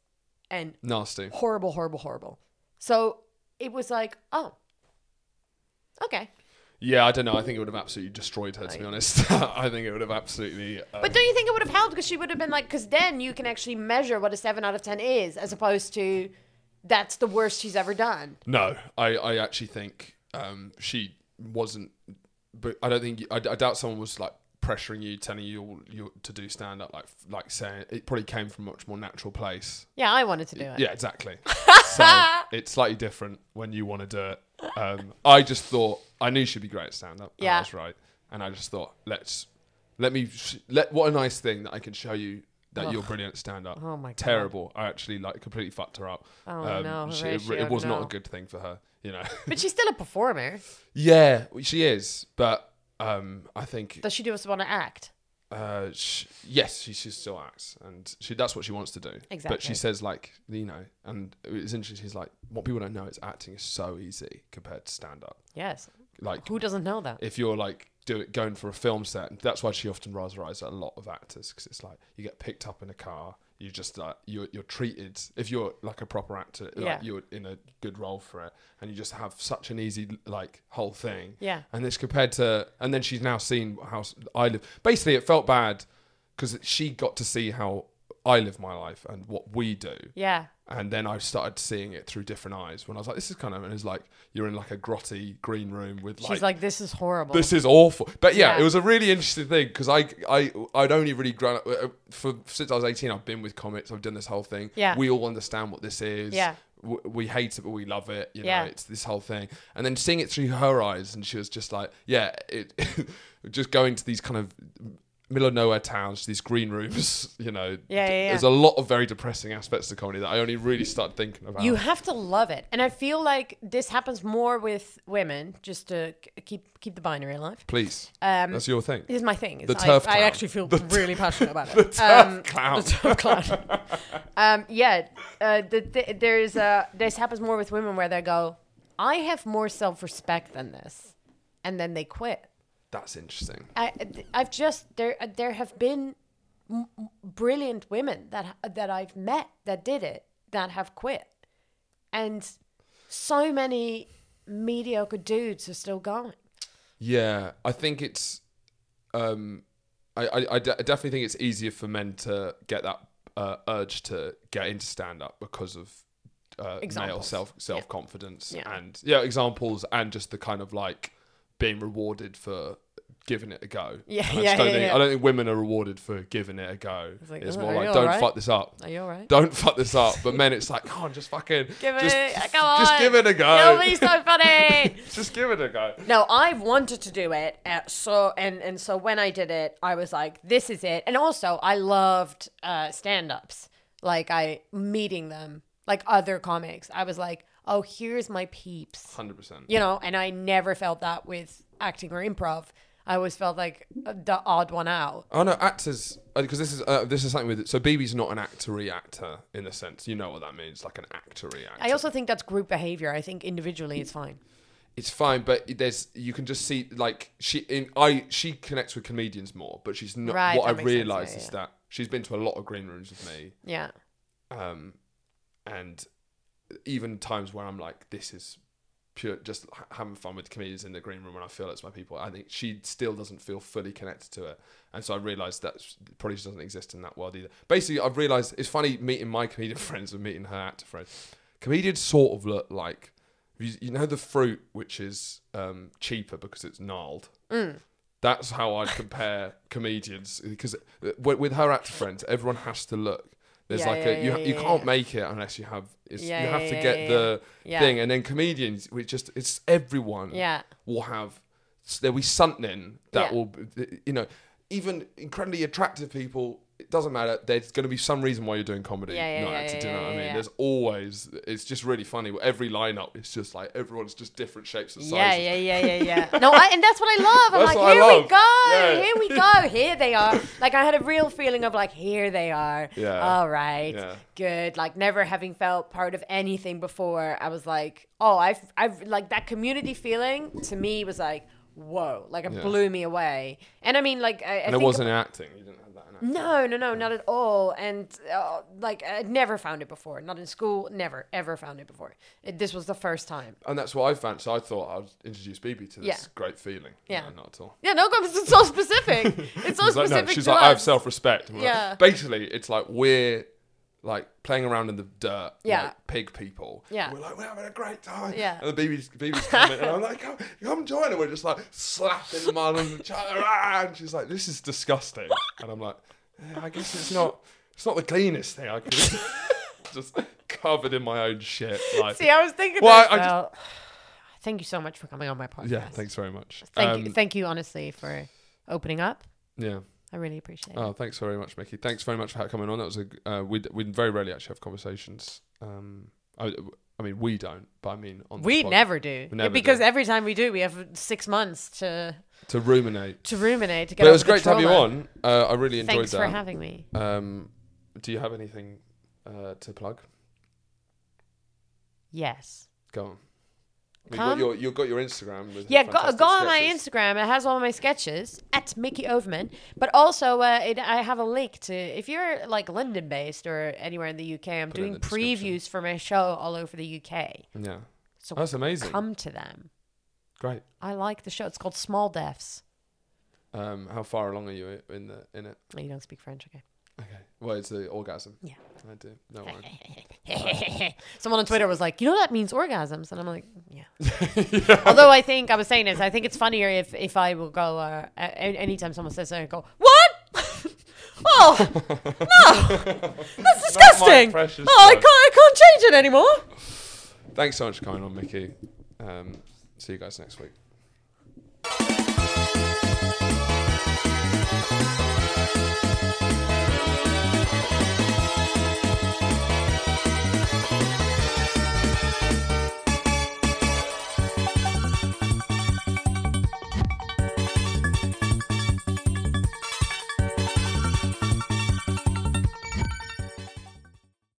and
Nasty.
horrible, horrible, horrible. So it was like, oh, okay.
Yeah, I don't know. I think it would have absolutely destroyed her. To be honest, [LAUGHS] I think it would have absolutely. Uh,
But don't you think it would have helped? Because she would have been like, because then you can actually measure what a seven out of ten is, as opposed to that's the worst she's ever done.
no, I, I actually think um, she wasn't. But I don't think I, I doubt someone was like pressuring you, telling you all- you to do stand up, like like saying it probably came from a much more natural place.
Yeah, I wanted to do it.
Yeah, exactly. so it's slightly different when you want to do it. Um, I just thought I knew she'd be great at stand up.
Yeah.
I was right, and I just thought let's let me sh- let what a nice thing that I can show you that you're brilliant at stand up.
Oh my God.
terrible! I actually like completely fucked her up. Um,
Oh no,
she- it, re-
Horatio,
it was not
no.
a good thing for her. You know. [LAUGHS]
But she's still a performer.
yeah, she is, but. Um, I think
Does she just want to act?
uh, sh yes, she, she still acts, and she that's what she wants to do. But she
Exactly.
says like you know, and it's interesting. She's like, what people don't know is acting is so easy compared to stand up.
Yes.
Like
Who doesn't know that?
if you're like doing going for a film set, and that's why she often rides rides a lot of actors because it's like you get picked up in a car. You just like you're you're treated if you're like a proper actor, like
Yeah.
you're in a good role for it, and you just have such an easy like whole thing.
Yeah.
And it's compared to, and then she's now seen how s- I live. Basically, it felt bad because she got to see how I live my life and what we do.
Yeah.
And then I started seeing it through different eyes when I was like, this is kind of, and it's like, you're in like a grotty green room with
She's like, this is horrible.
this is awful. But yeah,
Yeah.
it was a really interesting thing because I I I'd only really grown up uh, for since I was eighteen. I've been with comics. I've done this whole thing.
Yeah.
we all understand what this is.
Yeah.
W- we hate it, but we love it. You know,
Yeah.
it's this whole thing. And then seeing it through her eyes, and she was just like, yeah, it, [LAUGHS] just going to these kind of middle of nowhere towns, these green rooms. [LAUGHS] You know,
Yeah, yeah, yeah.
there's a lot of very depressing aspects to comedy that I only really started thinking about.
you have to love it. And I feel like this happens more with women, just to k- keep keep the binary alive.
Please,
Um,
that's your thing. [LAUGHS]
This is my thing. It's
The
I,
turf
I
clown.
actually feel really passionate
[LAUGHS]
about it.
turf clown.
[LAUGHS] The turf
[LAUGHS]
clown. um, yeah, uh, the, th there's uh, this happens more with women where they go, "I have more self-respect than this," and then they quit.
That's interesting.
I, I've just there. There have been m- m- brilliant women that that I've met that did it that have quit, and so many mediocre dudes are still going.
Yeah, I think it's. Um, I, I, I de- I definitely think it's easier for men to get that uh, urge to get into stand up because of uh, male
Examples.
self self confidence
Yeah.
and yeah examples and just the kind of like being rewarded for giving it a go.
[LAUGHS] Yeah,
And I,
yeah,
just don't
yeah,
think,
yeah.
I don't think women are rewarded for giving it a go. It's,
like, "Oh,
more
are
like
you
don't
alright?"
fuck this up.
Are you all right?
Don't fuck this up. But men, it's like, come on, just fucking
[LAUGHS] Give
just, [LAUGHS]
it, come
just
on.
give it a go.
Nobody's so funny.
[LAUGHS] just give it a go.
No, I've wanted to do it. Uh, so and and so when I did it, I was like, this is it. And also, I loved uh, stand-ups. Like I meeting them, like other comics. I was like, oh, here's my peeps,
Hundred percent.
you know. And I never felt that with acting or improv. I always felt like the odd one out.
Oh no, actors. Because this is uh, this is something with so BB's not an actory actor in a sense. You know what that means, like an actory actor.
I also think that's group behavior. I think individually it's fine.
it's fine, but there's you can just see like she in I she connects with comedians more, but she's not.
Right,
what I
that makes sense,
realised
yeah,
is
yeah.
that she's been to a lot of green rooms with me,
Yeah.
um, and even times where I'm like, this is pure just ha- having fun with comedians in the green room when I feel it's my people. I think she still doesn't feel fully connected to it, and so I realised that sh- probably she doesn't exist in that world either. Basically, I've realised it's funny meeting my comedian [LAUGHS] friends and meeting her actor friends. Comedians sort of look like you, you know the fruit which is um, cheaper because it's gnarled.
Mm.
That's how I compare
[LAUGHS]
comedians because uh, with, with her actor friends, everyone has to look. There's
Yeah,
like
yeah,
a you,
yeah,
you
yeah,
can't
yeah.
make it unless you have it's,
Yeah,
you
yeah,
have to
yeah,
get
yeah,
the
yeah.
thing and then comedians we just it's everyone
Yeah.
will have there'll be something that
Yeah.
will be- you know even incredibly attractive people it doesn't matter there's going to be some reason why you're doing comedy
Yeah, yeah,
not
yeah,
acting,
yeah,
do you know
yeah,
what I
yeah,
mean
yeah.
there's always it's just really funny every lineup it's just like everyone's just different shapes and sizes
Yeah,
[LAUGHS]
yeah, yeah, yeah, yeah. No, I, and that's what I love. I'm
That's what I
like, here
love.
we go,
Yeah.
here we
[LAUGHS]
go, here they are. Like I had a real feeling of like, here they are.
Yeah.
All right.
Yeah.
Good. Like never having felt part of anything before, I was like, oh, I've, I've like that community feeling to me was like, whoa, like it
Yeah.
blew me away. And I mean, like, I, I
and it
think Mm.
wasn't acting you didn't have that in acting.
no, no, no, not at all. And uh, like, I'd never found it before. Not in school. Never, ever found it before. It, this was the first time.
and that's what I found so I thought I'd introduce BB to this
Yeah.
great feeling
Yeah.
no, not at all
Yeah, no, because it's so specific.
[LAUGHS]
It's so
She's like,
specific.
no, she's
to
like,
us.
I have self respect.
Yeah.
basically, it's like we're like playing around in the dirt,
Yeah.
like pig people.
Yeah.
We're like, we're having a great time.
Yeah.
And the baby's,
[LAUGHS]
baby's coming, and I'm like, come, come join. And we're just like slapping them on
[LAUGHS]
each other. ah, And she's like, this is disgusting. And I'm like, "Yeah, I guess it's not, it's not the cleanest thing I could [LAUGHS] just covered in my own shit. Like,
See, I was thinking.
Well,
that
I- I
as
just-
well. Thank you so much for coming on my podcast.
yeah, thanks very much.
Thank you.
Um,
Thank you, honestly, for opening up.
Yeah.
I really appreciate it.
Oh, thanks very much, Mickey. Thanks very much for ha- coming on. That was a g- uh, we we very rarely actually have conversations. Um, I, I mean, we don't, but I mean, on this
We
pod-
never do.
We never
because
do.
every time we do, we have six months to
to ruminate.
to ruminate. To get
But it was
over the
great to have you
trauma.
on. Uh, I really enjoyed
Thanks
that.
for having me.
um, do you have anything uh, to plug?
Yes.
Go on. We've got
Come.
your, you've got your Instagram. With
Yeah,
the
go,
fantastic
go on my
sketches.
Instagram. It has all my sketches at Mickey Overman. But also, uh, it, I have a link to if you're like London based or anywhere in the UK, I'm
Put it in
doing
the description.
previews for my show all over the UK.
Yeah. Oh,
So
That's amazing.
come to them.
Great.
I like the show. It's called Small Deafs.
Um, how far along are you i- in the in it?
Oh, you don't speak French, okay?
Okay. Well, it's the orgasm.
Yeah.
I do. No worry.
[LAUGHS] Someone on Twitter was like, "You know that means orgasms," and I'm like, "Yeah." [LAUGHS]
[LAUGHS]
Although I think I was saying this, I think it's funnier if if I will go. Uh, a- a- anytime someone says something, I go, "What? [LAUGHS] oh, no, that's disgusting! Oh,
precious
I
joke.
can't, I can't change it anymore."
Thanks so much for coming on, Mickey. Um, see you guys next week.